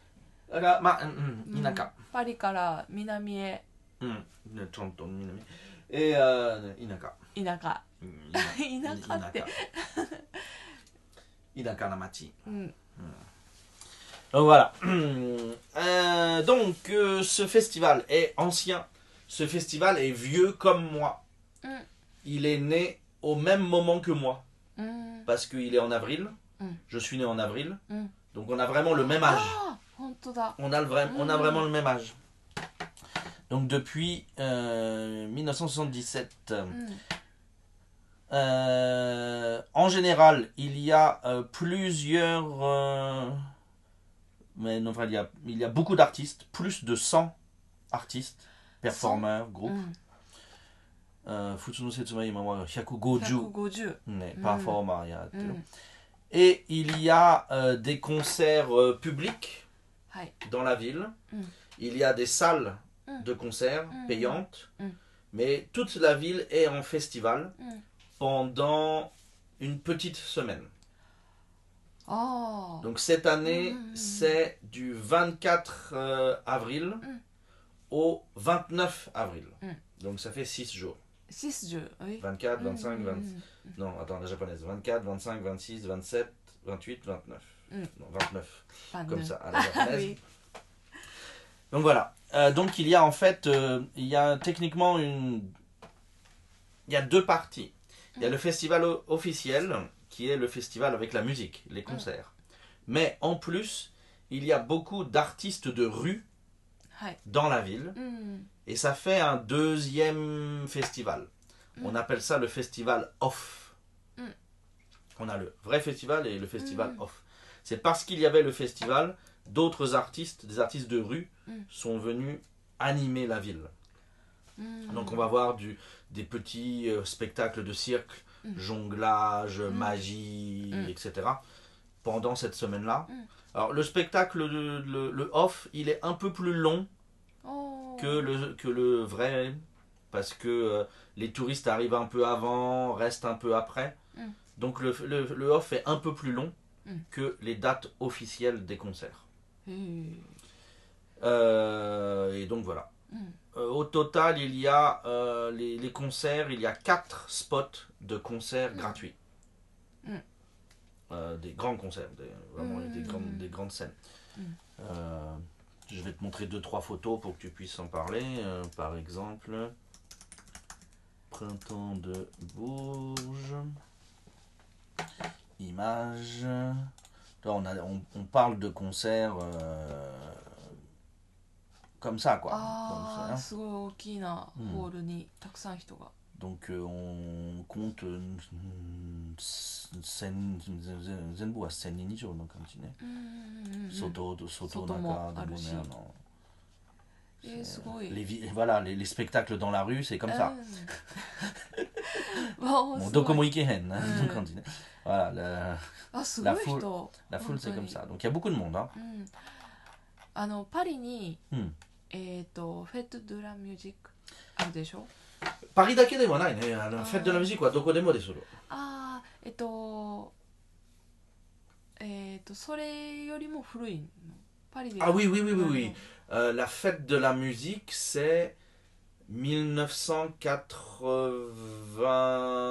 Speaker 1: だからまあ、うん
Speaker 2: う
Speaker 1: うんん、田舎
Speaker 2: パリから南へ
Speaker 1: うん、ねちょんと南えー、あーね田舎、
Speaker 2: 田舎
Speaker 1: う ん、
Speaker 2: 田舎って
Speaker 1: 田舎田舎な町
Speaker 2: うん
Speaker 1: Donc voilà. Euh, donc euh, ce festival est ancien. Ce festival est vieux comme moi.
Speaker 2: Mm.
Speaker 1: Il est né au même moment que moi.
Speaker 2: うん、
Speaker 1: Parce qu'il est en avril.
Speaker 2: Mm.
Speaker 1: Je suis né en avril.
Speaker 2: Mm.
Speaker 1: Donc on a vraiment le même âge.
Speaker 2: ああ本当だ
Speaker 1: On a, le vrai- on a
Speaker 2: Mm.
Speaker 1: vraiment le même âge. Donc depuis euh, 1977.
Speaker 2: うん、
Speaker 1: Euh, en général, il y a euh, plusieurs... euh, mais non, enfin, il y a, il y a beaucoup d'artistes, plus de 100 artistes, performeurs,
Speaker 2: う
Speaker 1: groupes.
Speaker 2: ん、Ah.
Speaker 1: Euh, 普通の説明今は150
Speaker 2: 150
Speaker 1: ね
Speaker 2: Mm.
Speaker 1: performers やって
Speaker 2: う
Speaker 1: る
Speaker 2: ん
Speaker 1: Et il y a euh, des concerts euh, publics
Speaker 2: はい、
Speaker 1: dans la ville.
Speaker 2: Mm.
Speaker 1: Il y a des salles
Speaker 2: Mm.
Speaker 1: de concerts
Speaker 2: Mm.
Speaker 1: payantes.
Speaker 2: Mm.
Speaker 1: Mais toute la ville est en festival
Speaker 2: うん、
Speaker 1: pendant une petite semaine.
Speaker 2: ああ
Speaker 1: Donc cette année,
Speaker 2: Mm.
Speaker 1: c'est du 24 euh, avril
Speaker 2: Mm.
Speaker 1: au 29 avril.
Speaker 2: Mm.
Speaker 1: Donc ça fait 6 jours.
Speaker 2: 60え
Speaker 1: 24, 25,
Speaker 2: うん
Speaker 1: 26.
Speaker 2: mm.
Speaker 1: Non, attends, la japonaise. 24, 25, 26, 27, 28, 29.
Speaker 2: Mm.
Speaker 1: Non, 29.
Speaker 2: うん
Speaker 1: Comme ça, à la
Speaker 2: あ
Speaker 1: japonaise.
Speaker 2: い
Speaker 1: Donc voilà. Euh, donc il y a en fait, euh, il y a techniquement une, il y a deux parties. Il y a le festival o- officiel qui est le festival avec la musique, les concerts. Mais en plus, il y a beaucoup d'artistes de rue
Speaker 2: はい、
Speaker 1: dans la ville
Speaker 2: うん、
Speaker 1: et ça fait un deuxième festival. On
Speaker 2: Mm.
Speaker 1: appelle ça le festival off.
Speaker 2: Mm.
Speaker 1: On a le vrai festival et le festival
Speaker 2: Mm.
Speaker 1: off. C'est parce qu'il y avait le festival, d'autres artistes, des artistes de rue,
Speaker 2: Mm.
Speaker 1: sont venus animer la ville.
Speaker 2: うん、
Speaker 1: Donc on va voir du, des petits euh, spectacles de cirque,
Speaker 2: Mm.
Speaker 1: jonglage,
Speaker 2: Mm.
Speaker 1: magie,
Speaker 2: Mm.
Speaker 1: etc. pendant cette semaine-là.
Speaker 2: Mm.
Speaker 1: Alors le spectacle, de- le, le off, il est un peu plus long
Speaker 2: おー
Speaker 1: que le, que le vrai, parce que euh, les touristes arrivent un peu avant, restent un peu après.
Speaker 2: Mm.
Speaker 1: Donc le, le, le off est un peu plus long
Speaker 2: Mm.
Speaker 1: que les dates officielles des concerts.
Speaker 2: へー
Speaker 1: Euh, et donc voilà.
Speaker 2: うん、
Speaker 1: Euh, au total, il y a euh, les, les concerts, il y a quatre spots de concerts gratuits.
Speaker 2: Mm.
Speaker 1: Euh, des grands concerts, des, vraiment
Speaker 2: Mm.
Speaker 1: des, grandes, des grandes scènes.
Speaker 2: Mm.
Speaker 1: Euh, je vais te montrer deux, trois photos pour que tu puisses en parler. Euh, par exemple, Printemps de Bourges. Images. Là, on, a- on- on parle de concerts euh, comme ça, quoi. Comme
Speaker 2: あ
Speaker 1: ça,
Speaker 2: あ
Speaker 1: hein.
Speaker 2: すごい大きなホールにたくさん人が
Speaker 1: Donc euh, on compte euh, Sen- Zen- Zenbu à Sen Ninjo, donc un petit nez.
Speaker 2: うんうんうんうん
Speaker 1: Soto,
Speaker 2: Mhm. Soto
Speaker 1: Soto, Naka,
Speaker 2: mo, ah, le
Speaker 1: Debonair,
Speaker 2: chien.
Speaker 1: non.
Speaker 2: えーすごい
Speaker 1: Les, vi- voilà, les, les spectacles dans la rue, c'est comme ça.
Speaker 2: Euh, うん わあ
Speaker 1: Bon,
Speaker 2: すごい
Speaker 1: Dokomo Ikehen, hein,
Speaker 2: Mm.
Speaker 1: donc on dit, hein. Voilà, la,
Speaker 2: あすごい
Speaker 1: foule
Speaker 2: 人
Speaker 1: la foule, c'est
Speaker 2: Anthony.
Speaker 1: comme ça. Donc il y a beaucoup de monde. Hein.
Speaker 2: うんあのパリに
Speaker 1: Hmm.
Speaker 2: えっとフェット・ドゥ・ラ・ミュージックあるでしょ
Speaker 1: Paris d'Ake de Wanai, à la
Speaker 2: Ah.
Speaker 1: fête de la musique, quoi, Doko Demo des Solo.
Speaker 2: ああえっとえっとそれよりも古いのパリで
Speaker 1: Ah oui, oui, oui, oui, oui. Euh, la fête de la musique, c'est 1991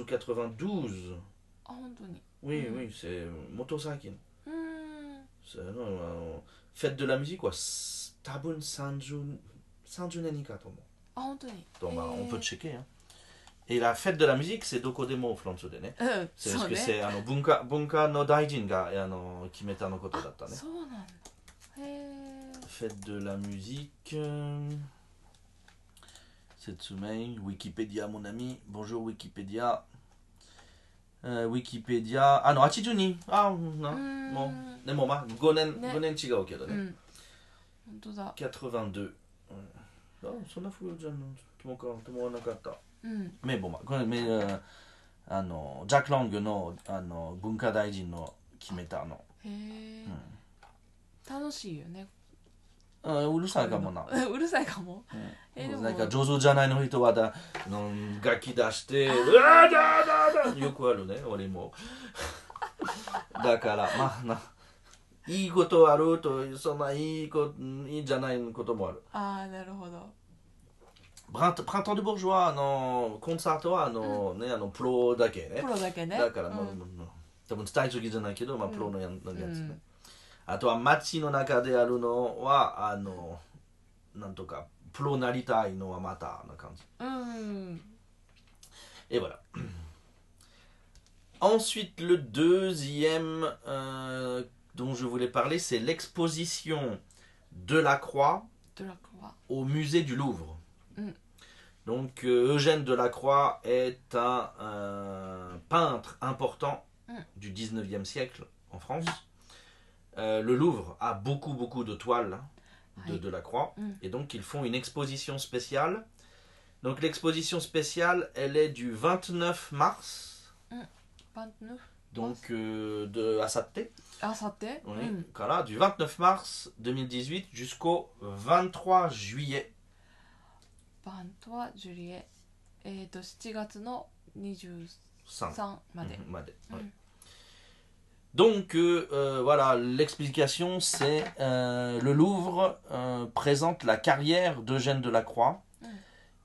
Speaker 1: ou 92.
Speaker 2: あ本当に
Speaker 1: Oui,
Speaker 2: Mhm.
Speaker 1: oui, c'est Motosakin.
Speaker 2: うーん
Speaker 1: C'est- non, non, fête de la musique, quoi. S- Tabun Sanjun Sanjunenika, tomo.
Speaker 2: あ本当に
Speaker 1: Donc,
Speaker 2: え
Speaker 1: bah,
Speaker 2: ー
Speaker 1: on peut checker. hein. Et la fête de la musique, c'est Dokodemo au Flandre
Speaker 2: うん
Speaker 1: そうです
Speaker 2: そう
Speaker 1: け
Speaker 2: ね
Speaker 1: ど、あの文化文化の大臣があの決めたのことだったね。
Speaker 2: そうなんだへえ
Speaker 1: Fête de la musique. euh, Setsume, Wikipédia, mon ami. Bonjour Wikipédia. Euh, Wikipédia. Ah non, 82. Ah,
Speaker 2: う
Speaker 1: non.
Speaker 2: ーん
Speaker 1: Bon. Mais bon, bah, 5年、
Speaker 2: ね
Speaker 1: 5年違うけど
Speaker 2: う
Speaker 1: ね。
Speaker 2: ん本当だ
Speaker 1: 82。うんあ、そんな風じゃん。ともか、ともわなかった。
Speaker 2: うん
Speaker 1: メボマこれメーあのジャック・ロングのあの文化大臣の決めたの、
Speaker 2: へえ
Speaker 1: うん
Speaker 2: 楽しいよね
Speaker 1: あうるさいかもな、
Speaker 2: うんうるさいかも
Speaker 1: うん
Speaker 2: えでも
Speaker 1: なんか上手じゃないの人はだあの楽器出して「うわーだーだーだーよくあ るね俺もだからまあないいことあるとそんないいこといいじゃないこともある
Speaker 2: ああなるほど
Speaker 1: プランプラント・デ・ボージュはあのコンサートはあの、ねあのプロだけね
Speaker 2: プロだけね
Speaker 1: だから、
Speaker 2: う
Speaker 1: まあ
Speaker 2: ん
Speaker 1: まあ多分伝えすぎじゃないけど、まあ、プロのや,、やつね、
Speaker 2: うん
Speaker 1: あとは街の中でやるのはあのなんとかプロなりたいのはまたな感じ
Speaker 2: うん、
Speaker 1: et voilà ensuite le deuxième euh, dont je voulais parler c'est l'exposition de la croix
Speaker 2: ドラクは
Speaker 1: au musée du Louvre.
Speaker 2: Mm.
Speaker 1: Donc euh, Eugène Delacroix est un, euh, peintre important
Speaker 2: Mm.
Speaker 1: du 19e siècle en France. Euh, le Louvre a beaucoup beaucoup de toiles hein, de
Speaker 2: Oui.
Speaker 1: Delacroix
Speaker 2: Mm.
Speaker 1: et donc ils font une exposition spéciale. Donc l'exposition spéciale, elle est du 29 mars,
Speaker 2: パンツの
Speaker 1: donc euh, de à Saté,
Speaker 2: あさって、
Speaker 1: oui,
Speaker 2: うん、
Speaker 1: voilà, du 29 mars 2018 jusqu'au 23 juillet
Speaker 2: バンとはジュリエえっ、ー、と7月の23
Speaker 1: 5.
Speaker 2: まで、
Speaker 1: Mhm, Madé, ouais.
Speaker 2: Mhm.
Speaker 1: Donc euh, euh, voilà, l'explication c'est euh, le Louvre euh, présente la carrière d'Eugène Delacroix.
Speaker 2: Mhm.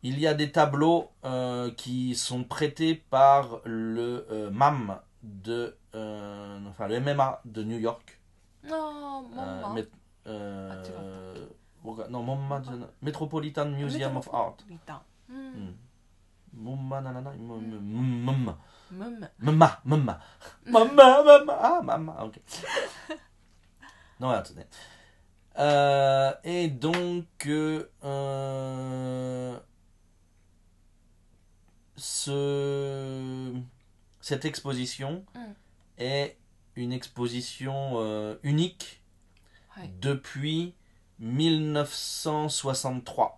Speaker 1: Il y a des tableaux euh, qui sont prêtés par le euh, MAM de euh, enfin le MMA de New York.
Speaker 2: ああまん
Speaker 1: Euh,
Speaker 2: ま
Speaker 1: mét- euh,
Speaker 2: Ah, tu
Speaker 1: Bourga- non, MoMA, je- Metropolitan Museum of Art.
Speaker 2: リタンうん、
Speaker 1: Mhm. MoMA, nanana, mo-
Speaker 2: Mhm.
Speaker 1: mo- MoMA.
Speaker 2: むんむ
Speaker 1: マママママママあママ ah, OK のやつね Euh, et donc euh, euh, ce, cette exposition
Speaker 2: Mm.
Speaker 1: est une exposition euh, unique
Speaker 2: はい。
Speaker 1: depuis 1963.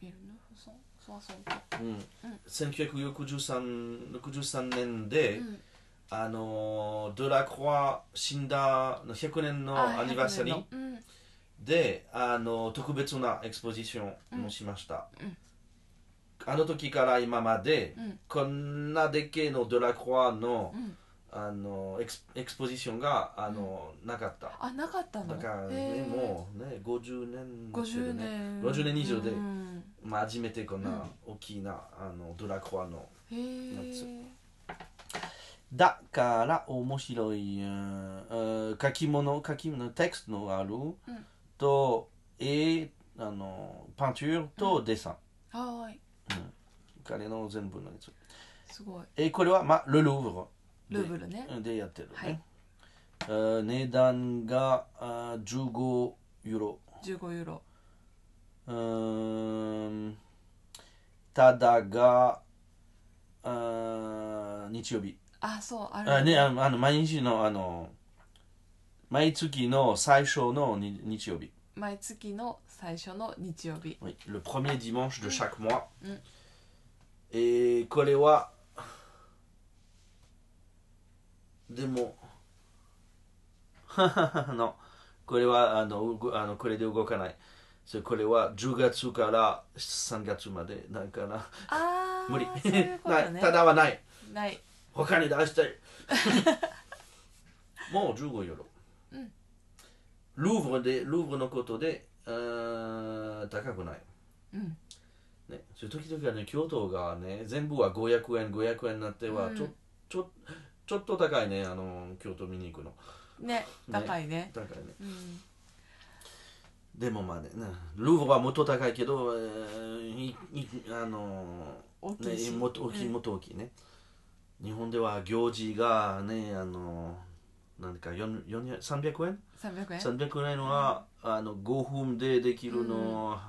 Speaker 2: ビルヌフソン、ソワソンと。
Speaker 1: うん
Speaker 2: うん
Speaker 1: 1963 63年
Speaker 2: う
Speaker 1: で、
Speaker 2: ん。
Speaker 1: あのードラクワ死んだの100年のアニバーサリー
Speaker 2: うん。
Speaker 1: で、あのー特別なエクスポジションをしました、
Speaker 2: うん
Speaker 1: あの時から今まで、
Speaker 2: うん
Speaker 1: こんなでっけえのドラクワの
Speaker 2: う、ん。
Speaker 1: あのーエクスエクスポジションが、あのーなかった
Speaker 2: あ、なかったの。
Speaker 1: だから
Speaker 2: へ
Speaker 1: ね
Speaker 2: ー
Speaker 1: もうね50年
Speaker 2: 五
Speaker 1: ですけど
Speaker 2: 十
Speaker 1: ね
Speaker 2: 年。
Speaker 1: 50年以上で
Speaker 2: うん
Speaker 1: まあ、初めてこん
Speaker 2: うん
Speaker 1: な大きな、あのドラクワの
Speaker 2: へえ。
Speaker 1: だから面白い、うんうん書き物書き物テクストのある、と絵あのパンチュールとデッサン、
Speaker 2: はーい。
Speaker 1: 彼の全部のやつ
Speaker 2: すごい。
Speaker 1: えこれは、まあ、ルルーブ
Speaker 2: ルー
Speaker 1: ル
Speaker 2: ブルね。
Speaker 1: ででやってるね、
Speaker 2: はい
Speaker 1: えー値段があー15ユーロ
Speaker 2: 十五ユーロ。
Speaker 1: うーんただがあー日曜日
Speaker 2: あ、そう、あ
Speaker 1: あ
Speaker 2: れ。
Speaker 1: ね、あのあの毎日のあの毎月の最初のに日曜日、
Speaker 2: 毎月の最初の日曜日。
Speaker 1: oui, le premier dimanche de chaque mois.
Speaker 2: Mm.
Speaker 1: Et これはで も no これはあのうごあのこれで動かない。そうこれは10月から3月までだから
Speaker 2: ああ。
Speaker 1: 無理。
Speaker 2: そういうこと
Speaker 1: な
Speaker 2: ね
Speaker 1: い。ただはない。
Speaker 2: ない。
Speaker 1: 他に出したい もう15ユーロ、
Speaker 2: うん
Speaker 1: ルーブルでルーブルのことであー高くない、
Speaker 2: うん
Speaker 1: ね、そういう時々はね京都がね全部は500円500円になっては、
Speaker 2: うん
Speaker 1: ちょちょちょっと高いねあの京都見に行くの
Speaker 2: ね高いね
Speaker 1: 高いね
Speaker 2: うん
Speaker 1: でもまあねねルーブルはもっと高いけど、えーいいあの
Speaker 2: 大きいし、
Speaker 1: ね、もっと大きい、
Speaker 2: うん
Speaker 1: もっと大きいね。日本では行事がね、あの、なんかよんよん300円
Speaker 2: 300円
Speaker 1: ?300 円は、あの5分でできるの、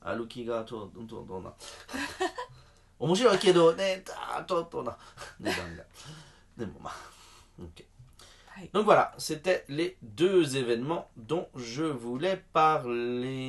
Speaker 1: 歩きがちょっとどうな。 面白いけどね、だちょっとな、値段が。でもまあ、OK。
Speaker 2: はい
Speaker 1: Donc voilà, c'était les deux événements dont je voulais parler.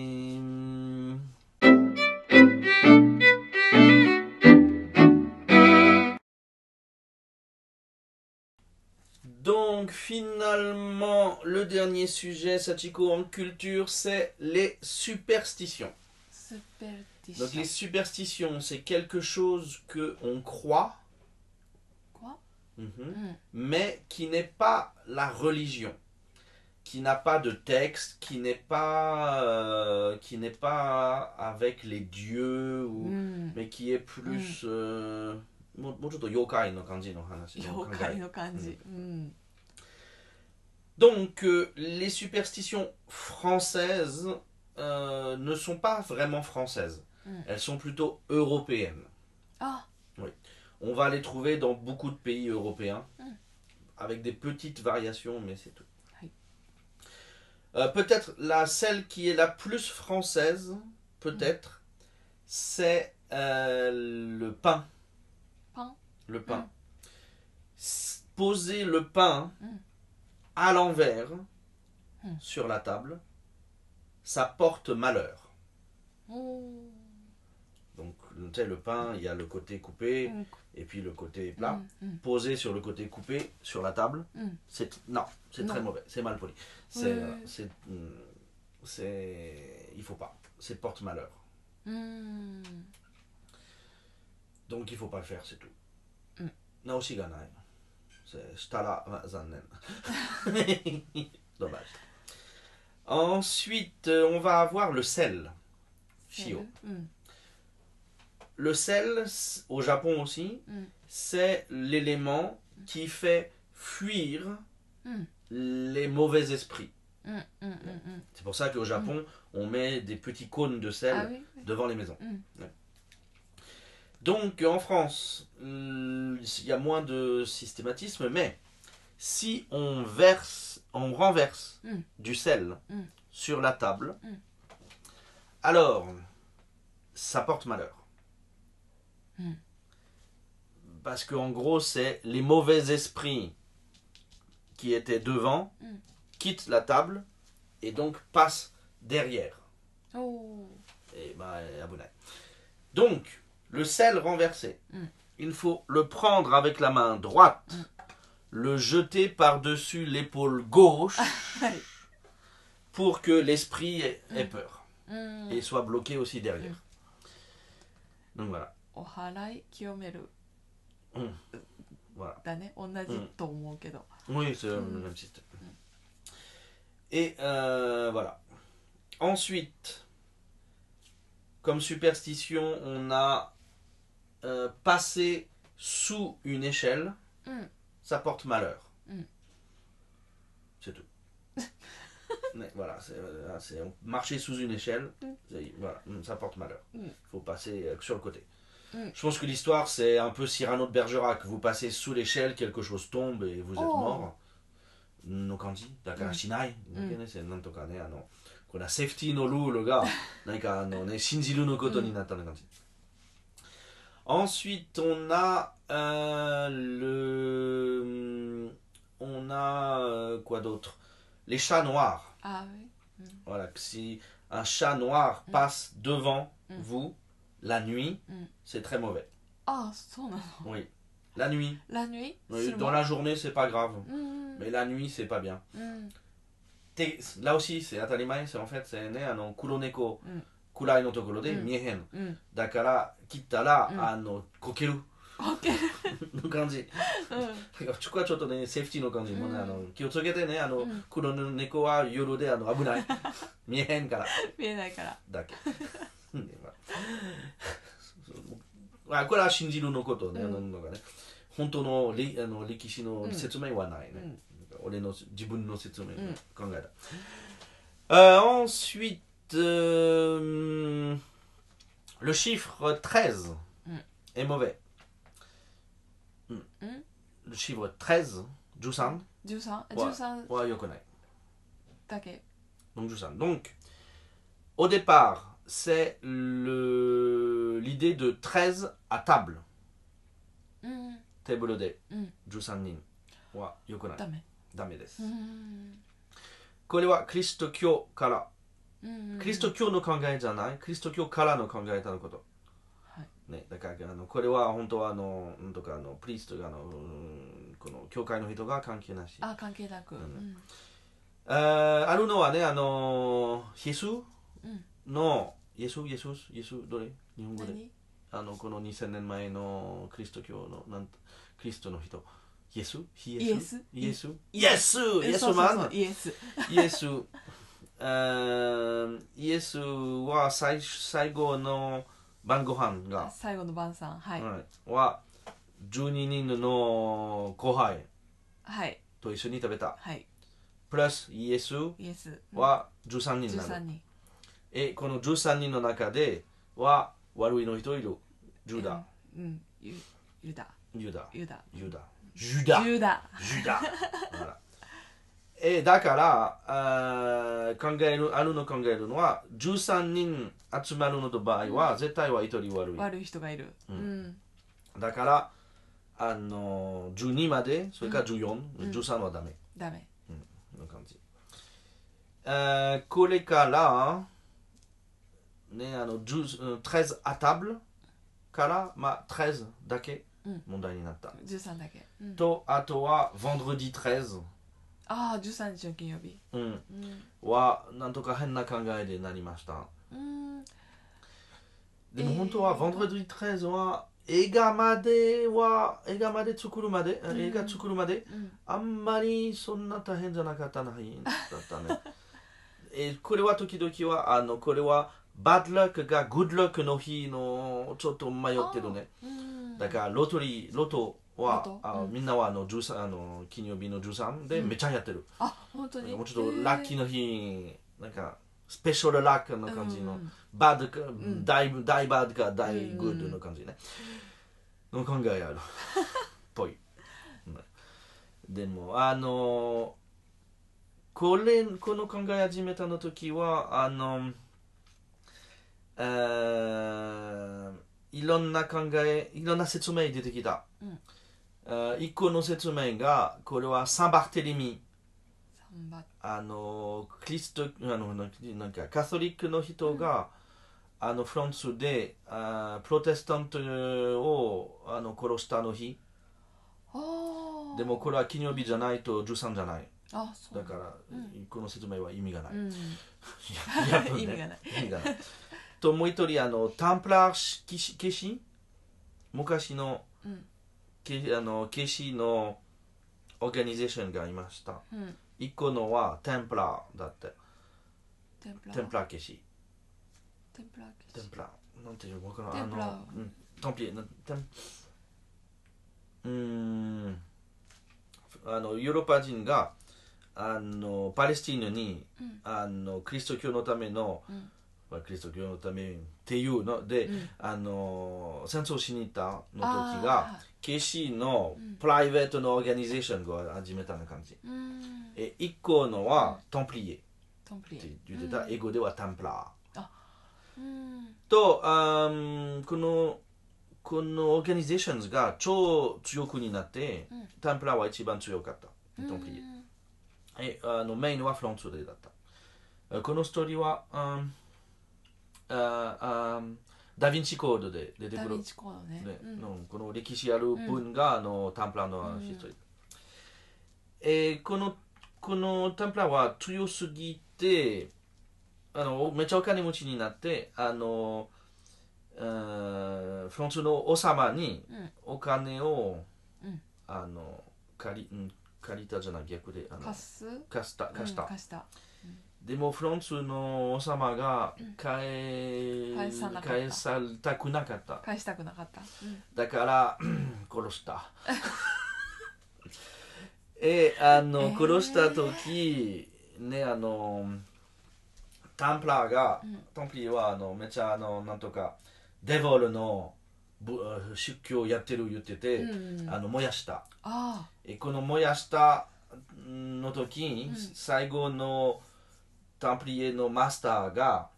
Speaker 1: Donc finalement, le dernier sujet, Sachiko, en culture, c'est les superstitions.
Speaker 2: スペルティシ
Speaker 1: Donc les
Speaker 2: ョン
Speaker 1: superstitions, c'est quelque chose que on croit,
Speaker 2: 怖う
Speaker 1: Mhm.
Speaker 2: ん
Speaker 1: mais qui n'est pas la religion, qui n'a pas de texte, qui n'est pas, euh, qui n'est pas avec les dieux,
Speaker 2: う
Speaker 1: ou,
Speaker 2: ん
Speaker 1: mais qui est plus... euh, もうもうちょっと妖怪の感じの話の考
Speaker 2: 妖
Speaker 1: え
Speaker 2: 怪の感じうん、
Speaker 1: Donc, euh, les superstitions françaises euh, ne sont pas vraiment françaises.
Speaker 2: Mm.
Speaker 1: Elles sont plutôt européennes.
Speaker 2: あ
Speaker 1: On va les trouver dans beaucoup de pays européens,
Speaker 2: Mm.
Speaker 1: avec des petites variations, mais c'est tout.
Speaker 2: Oui.
Speaker 1: Euh, peut-être la celle qui est la plus française, peut-être, c'est euh, le pain.
Speaker 2: Pain.
Speaker 1: Le pain.
Speaker 2: Mm.
Speaker 1: S- Poser le pain
Speaker 2: Mm.
Speaker 1: à l'envers
Speaker 2: Mm.
Speaker 1: sur la table, ça porte malheur.
Speaker 2: おー
Speaker 1: Donc, tu sais, le pain, il y a le côté coupé
Speaker 2: うん
Speaker 1: et puis le côté plat.
Speaker 2: うん、
Speaker 1: posé sur le côté coupé sur la table,
Speaker 2: うん、
Speaker 1: c'est non, c'est
Speaker 2: Non.
Speaker 1: très mauvais, c'est mal poli. C'est
Speaker 2: Oui,
Speaker 1: euh,
Speaker 2: oui, oui.
Speaker 1: c'est mm, c'est il faut pas, c'est porte malheur.
Speaker 2: うん、
Speaker 1: Donc il faut pas le faire, c'est tout.
Speaker 2: Mm.
Speaker 1: Na aussi ganai. C'est stala ah, zannen. Dommage. Ensuite, euh, on va avoir le sel. Shio.
Speaker 2: うん、
Speaker 1: Le sel c- au Japon aussi,
Speaker 2: Mm.
Speaker 1: c'est l'élément qui fait fuir
Speaker 2: Mm.
Speaker 1: les mauvais esprits.
Speaker 2: うん、うん、うん、
Speaker 1: C'est pour ça qu'au Japon, on met des petits cônes de
Speaker 2: うん、
Speaker 1: sel
Speaker 2: あ、oui. Ah
Speaker 1: devant les maisons.
Speaker 2: Mm.
Speaker 1: Ouais. Donc en France, euh, il y a moins de systématisme, mais si on verse, on renverse
Speaker 2: Mm.
Speaker 1: du sel
Speaker 2: Mm.
Speaker 1: sur la table,
Speaker 2: Mm.
Speaker 1: alors ça porte malheur.
Speaker 2: Mm.
Speaker 1: Parce qu'en gros, c'est les mauvais esprits qui étaient devant
Speaker 2: Mm.
Speaker 1: quittent la table et donc passent derrière.
Speaker 2: おー
Speaker 1: Et bah, abonnez. Donc, le sel renversé.
Speaker 2: Mm.
Speaker 1: Il faut le prendre avec la main droite,
Speaker 2: Mm.
Speaker 1: le jeter par-dessus l'épaule gauche
Speaker 2: はい。
Speaker 1: pour que l'esprit ait,
Speaker 2: Mm.
Speaker 1: ait peur
Speaker 2: うん、
Speaker 1: et soit bloqué aussi derrière.
Speaker 2: Mm.
Speaker 1: Donc voilà.
Speaker 2: お祓い清める
Speaker 1: voilà.
Speaker 2: だね同じと思うけど、
Speaker 1: Oui, c'est le
Speaker 2: Mm.
Speaker 1: même système. Et euh, voilà. Ensuite, comme superstition, on a euh, passé sous une échelle.
Speaker 2: うん、
Speaker 1: ça porte malheur.
Speaker 2: Mm.
Speaker 1: C'est tout. Mais voilà, c'est euh, c'est- on- marcher sous une échelle,
Speaker 2: Mm.
Speaker 1: c'est- voilà, mm, ça porte malheur. Il
Speaker 2: Mm.
Speaker 1: faut passer euh, sur le côté.
Speaker 2: Mm.
Speaker 1: Je pense que l'histoire, c'est un peu Cyrano de Bergerac. Vous passez sous l'échelle, quelque chose tombe et vous êtes
Speaker 2: Oh.
Speaker 1: mort. No kanji, daka
Speaker 2: Mm.
Speaker 1: shinai.
Speaker 2: Mm.
Speaker 1: Nokene, c'est nantoka ne, ano, kona safety no rule ga, nanka, ano, ne, shinjiru no koto ni natta no kanji. Ensuite, on a euh, le. On a euh, quoi d'autre Les chats noirs.
Speaker 2: あ、oui.
Speaker 1: Voilà, que si un chat noir passe devant
Speaker 2: Mm.
Speaker 1: vous la nuit,
Speaker 2: Mm.
Speaker 1: c'est très mauvais.
Speaker 2: あそうなの
Speaker 1: Oui, la nuit.
Speaker 2: ラヌイ
Speaker 1: Oui, dans la journée, c'est pas grave,
Speaker 2: Mm. うん、
Speaker 1: mais la nuit, c'est pas bien.
Speaker 2: うん、
Speaker 1: T'es- Là aussi, c'est Atalimae, c'est en fait, c'est né à non Kuroneko,
Speaker 2: Mm.
Speaker 1: Kurai no tokoro de
Speaker 2: Mm.
Speaker 1: miehen.
Speaker 2: うん、
Speaker 1: Dakara, kittara,
Speaker 2: Mm.
Speaker 1: à no kokeru.
Speaker 2: オッケー
Speaker 1: no kanji.
Speaker 2: う
Speaker 1: そこはちょっとね、セーフティーの感じもね、
Speaker 2: うん
Speaker 1: あの気をつけてね、あの、
Speaker 2: うん
Speaker 1: 黒の猫は夜であの危 ない。見えへんから、
Speaker 2: 見えないから
Speaker 1: だけ。うんでまあそうそうまあ、これは信じるのことね、
Speaker 2: うん
Speaker 1: あのなんかね本当のれあの歴史の説明はないね。
Speaker 2: うん
Speaker 1: なんか俺の自分の説明、
Speaker 2: ん
Speaker 1: 考えた。Euh, ensuite, euh, le chiffre 13
Speaker 2: Mm.
Speaker 1: est mauvais. Mm.
Speaker 2: Mm.
Speaker 1: Le chiffre 13, Jusan,
Speaker 2: 13,
Speaker 1: わ
Speaker 2: 13
Speaker 1: wa yokonai.
Speaker 2: だけ
Speaker 1: Donc, Jusan. Donc, au départ, c'est le- l'idée de 13 à table.
Speaker 2: うん
Speaker 1: Table de
Speaker 2: うん
Speaker 1: Jusan nin wa yokonai.
Speaker 2: ダメ
Speaker 1: Dame desu.
Speaker 2: うん
Speaker 1: これはキリスト教から、
Speaker 2: うん
Speaker 1: キリスト教の考えじゃない、キリスト教からの考えたのこと。
Speaker 2: はい
Speaker 1: ね、だからあのこれは本当はあの、なんとかあのプリストがあのうんこの教会の人が関係なし。あ
Speaker 2: あ関係なく、う
Speaker 1: うん
Speaker 2: ん
Speaker 1: ーあるのはね、あの、イエス
Speaker 2: うん、
Speaker 1: の、イエス、イエス、イエス、どれ日本語で。
Speaker 2: 何
Speaker 1: あのこの2000年前のキリスト教のなんキリストの人。イエスイイ
Speaker 2: イ
Speaker 1: エ
Speaker 2: エ
Speaker 1: スイエスイエス
Speaker 2: そうそう
Speaker 1: マン
Speaker 2: そうイエス
Speaker 1: イエス、うーんイエスは最最後の晩ご飯が、
Speaker 2: 最後の晩餐はい、
Speaker 1: はいは12人の後輩
Speaker 2: はい
Speaker 1: と一緒に食べた。
Speaker 2: はい
Speaker 1: プラスイエス
Speaker 2: イエス
Speaker 1: は13人な
Speaker 2: 13
Speaker 1: の。
Speaker 2: 人
Speaker 1: え、この13人の中では悪いの人いる。ジュダ、
Speaker 2: うんユユダ
Speaker 1: ユダ、
Speaker 2: ユダ
Speaker 1: ユダ、ジュダ。
Speaker 2: ユダ
Speaker 1: ジュダ voilà えだからあー考えるあるの考えるのは13人集まるのと場合は、絶対は1人悪い
Speaker 2: 悪い人がいるうん、
Speaker 1: だからあの12までそれから14、13はダメ
Speaker 2: ダメ
Speaker 1: の感じ、あーこれからねあの10 13あタブルから、まあ、13だけ
Speaker 2: うん
Speaker 1: 問題になった、
Speaker 2: 13だけ、うん、
Speaker 1: とあとは vendredi 13、
Speaker 2: ああ13日の金曜日
Speaker 1: うん、
Speaker 2: うん
Speaker 1: はなんとか変な考えでなりました
Speaker 2: うん
Speaker 1: でも
Speaker 2: えー
Speaker 1: 本当は「Vendredi 13」は映画までは映画まで作るまで、
Speaker 2: ん
Speaker 1: 映画作るまで
Speaker 2: うん
Speaker 1: あんまりそんな大変じゃなかったなだった ねえーこれは時々はあのこれはバッドラックがグッドラックの日のちょっと迷ってるね
Speaker 2: うん
Speaker 1: だからロトリーロトは
Speaker 2: ロト
Speaker 1: あ
Speaker 2: うん
Speaker 1: みんなはあの13あの金曜日の13でめっちゃやってる、
Speaker 2: あ本当に
Speaker 1: もうちょっとラッキー
Speaker 2: ー
Speaker 1: の日なんかスペシャルラックの感じの、
Speaker 2: うん
Speaker 1: バッドか、
Speaker 2: ん
Speaker 1: 大大バッドか大グ
Speaker 2: うん
Speaker 1: ッ
Speaker 2: う
Speaker 1: ド
Speaker 2: ん
Speaker 1: の感じね、の考えあるぽい、うんでもあのこれこの考え始めたの時はあのえーいろんな考えいろんな説明出てきた、
Speaker 2: うん
Speaker 1: えー一個の説明がこれはサンバクテレミ
Speaker 2: 三番
Speaker 1: あのキリストあのななんかカトリックの人が、あのフランスであープロテスタントをあの殺したあの日
Speaker 2: ああ
Speaker 1: でもこれは金曜日じゃないと13じゃない
Speaker 2: あそう
Speaker 1: だから、この説明は意味がない、
Speaker 2: うん
Speaker 1: い やぶ ね
Speaker 2: 意味がない
Speaker 1: 意味がないともう一人あのタンプラー式し騎士昔の
Speaker 2: うん
Speaker 1: 騎あの騎士のオーガニゼーションがいました
Speaker 2: うん
Speaker 1: 一個のはテンプラーだって
Speaker 2: 天ぷら
Speaker 1: テンプラー騎士
Speaker 2: 天ぷら
Speaker 1: テンプラなんていうのわからん
Speaker 2: テンプラ
Speaker 1: あのうんタンプリーなテンうーんあのヨーロッパ人があのパレスチナに、
Speaker 2: うん
Speaker 1: あのキリスト教のための、
Speaker 2: うん
Speaker 1: まあキリスト教のためっていうので、
Speaker 2: うん
Speaker 1: あの戦争しに行ったの時
Speaker 2: あ
Speaker 1: が
Speaker 2: ー
Speaker 1: ケシの
Speaker 2: うん
Speaker 1: プライベートのオーガニゼーションが始めたの感じ、
Speaker 2: うん
Speaker 1: え一個のは、タンプリ
Speaker 2: トンプリ
Speaker 1: エって言ってた、英語ではタンプラー
Speaker 2: うん
Speaker 1: と、あーこのこのオーガニゼーションズが超強くになって、
Speaker 2: うん
Speaker 1: タンプラーは一番強かった、
Speaker 2: うん
Speaker 1: トンプリエえあのメインはフランスでだったあこのストーリーはあーあーあーダ・ヴィンチコードで出て
Speaker 2: ダ
Speaker 1: く
Speaker 2: ヴィ
Speaker 1: る、
Speaker 2: ンチコードね
Speaker 1: ね
Speaker 2: うん
Speaker 1: のこの歴史ある文が、あのタンプラーのヒストリー、えーこのこのタンプラーは強すぎてあのめっちゃお金持ちになってあのうんフランスの王様に
Speaker 2: うん
Speaker 1: お金を
Speaker 2: うん
Speaker 1: あの借りうん借りたじゃない逆であの
Speaker 2: 貸す
Speaker 1: 貸した貸した、
Speaker 2: うん、貸した
Speaker 1: でもフランスの王様が返
Speaker 2: 返さなかった
Speaker 1: 返されたくなかった
Speaker 2: 返したくなかった、うん
Speaker 1: だから 殺 した。えあの、
Speaker 2: えー
Speaker 1: 殺した時ねあのタンプラーが、
Speaker 2: うん
Speaker 1: タンプリーはあのめちゃあのなんとかデヴォルのぶ出教やってる言ってて、
Speaker 2: うんうん
Speaker 1: あの燃やした。
Speaker 2: あ
Speaker 1: えこの燃やしたの時に、
Speaker 2: うん
Speaker 1: 最後のタンプリエのマスターが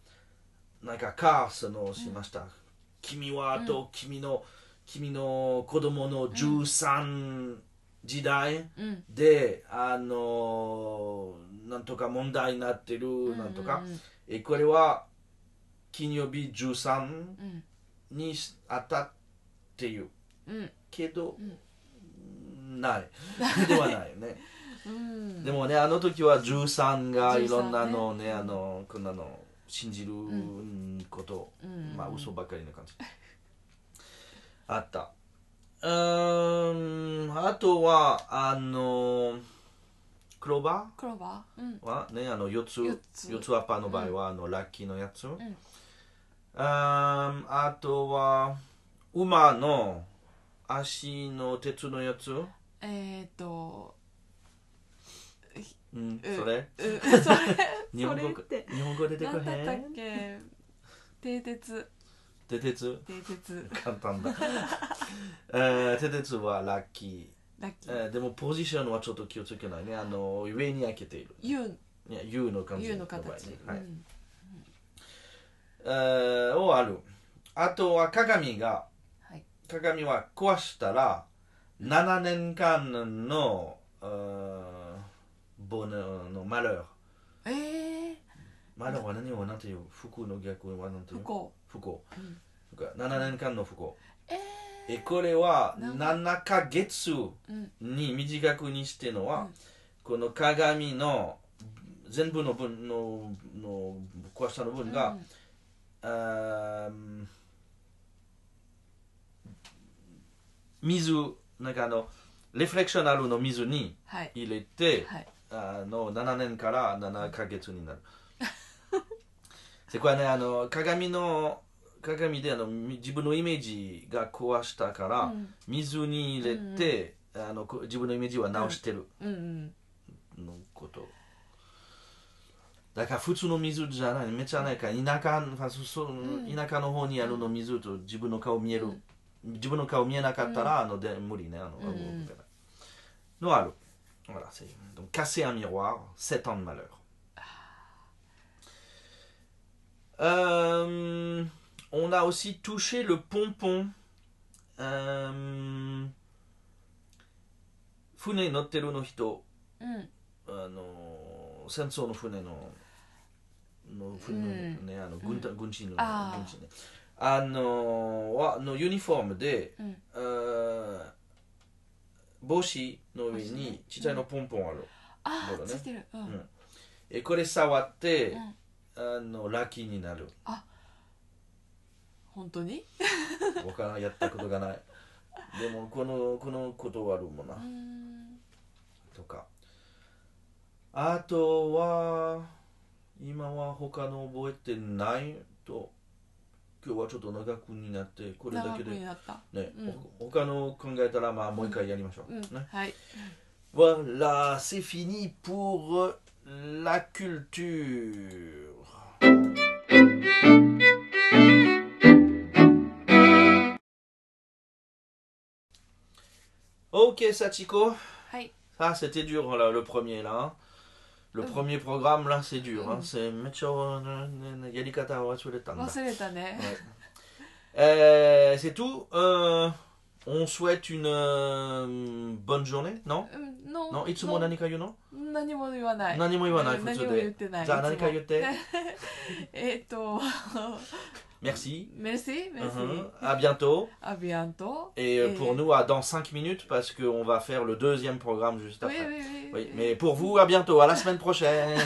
Speaker 1: なんかカースのをしました、君はあと君の、君の子供の13時代
Speaker 2: あうん
Speaker 1: で、あのなんとか問題になってるなんとか、
Speaker 2: うん
Speaker 1: えこれは金曜日13
Speaker 2: うん
Speaker 1: に当たっていう
Speaker 2: うん
Speaker 1: けど、
Speaker 2: うん
Speaker 1: ないではないよね
Speaker 2: うん
Speaker 1: でもねあの時は13が
Speaker 2: 13
Speaker 1: いろんなのをね
Speaker 2: ね
Speaker 1: あのこんなの信じること、
Speaker 2: うん
Speaker 1: まあ嘘ばっかりな感じ、あったうーんあとはあのクローバ
Speaker 2: クローバーうん
Speaker 1: ーはねあの四つ
Speaker 2: 四つ
Speaker 1: 四つアッパーの場合は、あのラッキーのやつ、うーん
Speaker 2: ん、
Speaker 1: あとは馬の足の鉄のやつ、
Speaker 2: えっ、ー、と
Speaker 1: うん、
Speaker 2: え
Speaker 1: それ
Speaker 2: う それ
Speaker 1: 日本語
Speaker 2: それって
Speaker 1: 日本語 出てこ
Speaker 2: 何だ
Speaker 1: へ
Speaker 2: ったっ
Speaker 1: ん
Speaker 2: け蹄鉄
Speaker 1: て鉄
Speaker 2: 蹄鉄
Speaker 1: 簡単だ えー、て鉄はラッキ
Speaker 2: ラッキ
Speaker 1: ー、
Speaker 2: ー
Speaker 1: えーでもポジションはちょっと気をつけないねあの上に開けている
Speaker 2: U,
Speaker 1: いや U の感じ
Speaker 2: U の
Speaker 1: 場合ね
Speaker 2: 形、
Speaker 1: はい
Speaker 2: うん
Speaker 1: えーをあるあとは鏡が
Speaker 2: はい
Speaker 1: 鏡は壊したら7年間の、うー、ボーのマラー
Speaker 2: えー、
Speaker 1: マラーは何をなんていう服の逆はなんてい
Speaker 2: 不
Speaker 1: う
Speaker 2: 幸
Speaker 1: 不幸
Speaker 2: うん
Speaker 1: 7年間の不幸
Speaker 2: え
Speaker 1: えこれは
Speaker 2: なん
Speaker 1: 7ヶ月
Speaker 2: ー、うん
Speaker 1: に短くにしてのは、
Speaker 2: うん
Speaker 1: この鏡の全部の分のの壊したの分が、
Speaker 2: うん
Speaker 1: あー水なんかあのレフレクショナルの水に
Speaker 2: はい
Speaker 1: 入れて、
Speaker 2: はい
Speaker 1: あの7年から7ヶ月になる そこはねあの鏡の鏡であのみ自分のイメージが壊したから、
Speaker 2: うん
Speaker 1: 水に入れて、あのこ自分のイメージは直してる
Speaker 2: うんうん
Speaker 1: のこと、だから普通の水じゃないめっちゃないから田舎のそそ
Speaker 2: ん
Speaker 1: 田舎の方にあるの水と自分の顔見える、自分の顔見えなかったら、あので無理ねあの、
Speaker 2: うん
Speaker 1: 動くからのある Voilà, c'est donc casser un miroir, sept ans de malheur. Euh, on a aussi touché le pompon. Euh, Fune no teru no hito,
Speaker 2: うん
Speaker 1: あの戦争の船のの船のね、あの軍隊軍人の
Speaker 2: あー
Speaker 1: 軍人ねあのはのユニフォームで、
Speaker 2: うん
Speaker 1: あー帽子の上
Speaker 2: 帽子
Speaker 1: に
Speaker 2: ね
Speaker 1: ちっちゃいのポンポンある、
Speaker 2: あ
Speaker 1: そう
Speaker 2: ー、
Speaker 1: だね
Speaker 2: ついてるうん、
Speaker 1: うんえこれ触って、
Speaker 2: うん
Speaker 1: あのラッキーになる
Speaker 2: 本当に
Speaker 1: わからんやったことがないでもこのこのことはあるもんな、
Speaker 2: うーん
Speaker 1: とかあとは今は他の覚えてないと今日はちょっと長くになってこれだ
Speaker 2: 長
Speaker 1: け
Speaker 2: く
Speaker 1: で、
Speaker 2: に
Speaker 1: ね
Speaker 2: なったうん
Speaker 1: ほ他の考えたらまあもう一回やりましょう、
Speaker 2: うん
Speaker 1: ね
Speaker 2: はい
Speaker 1: Voilà, c'est fini pour la culture. Ok, Sachiko.
Speaker 2: はい
Speaker 1: Ah, c'était dur là, le premier là. hein. Le
Speaker 2: Mm.
Speaker 1: premier programme là, c'est dur. hein.
Speaker 2: Mm.
Speaker 1: C'est Mecho Yalikata wa Tsuretanda.
Speaker 2: 忘れたね
Speaker 1: Euh, C'est tout. Euh, on souhaite une euh, bonne journée, non
Speaker 2: うんの
Speaker 1: Non, Itsumo
Speaker 2: の
Speaker 1: Nanika Yuno
Speaker 2: 何も言わない
Speaker 1: Nanimo Iwanai,
Speaker 2: うん
Speaker 1: futsu
Speaker 2: 何も
Speaker 1: de.
Speaker 2: 言ってない
Speaker 1: じゃあ
Speaker 2: いつも
Speaker 1: 何か言って
Speaker 2: えっと
Speaker 1: Merci.
Speaker 2: メルシーメルシ
Speaker 1: Mhm.
Speaker 2: ー
Speaker 1: À bientôt.
Speaker 2: アビアント
Speaker 1: Et euh, pour nous, à dans 5 minutes, parce qu'on va faire le deuxième programme juste
Speaker 2: oui,
Speaker 1: après.
Speaker 2: oui, oui.
Speaker 1: Oui, mais pour vous, à bientôt, à la semaine prochaine.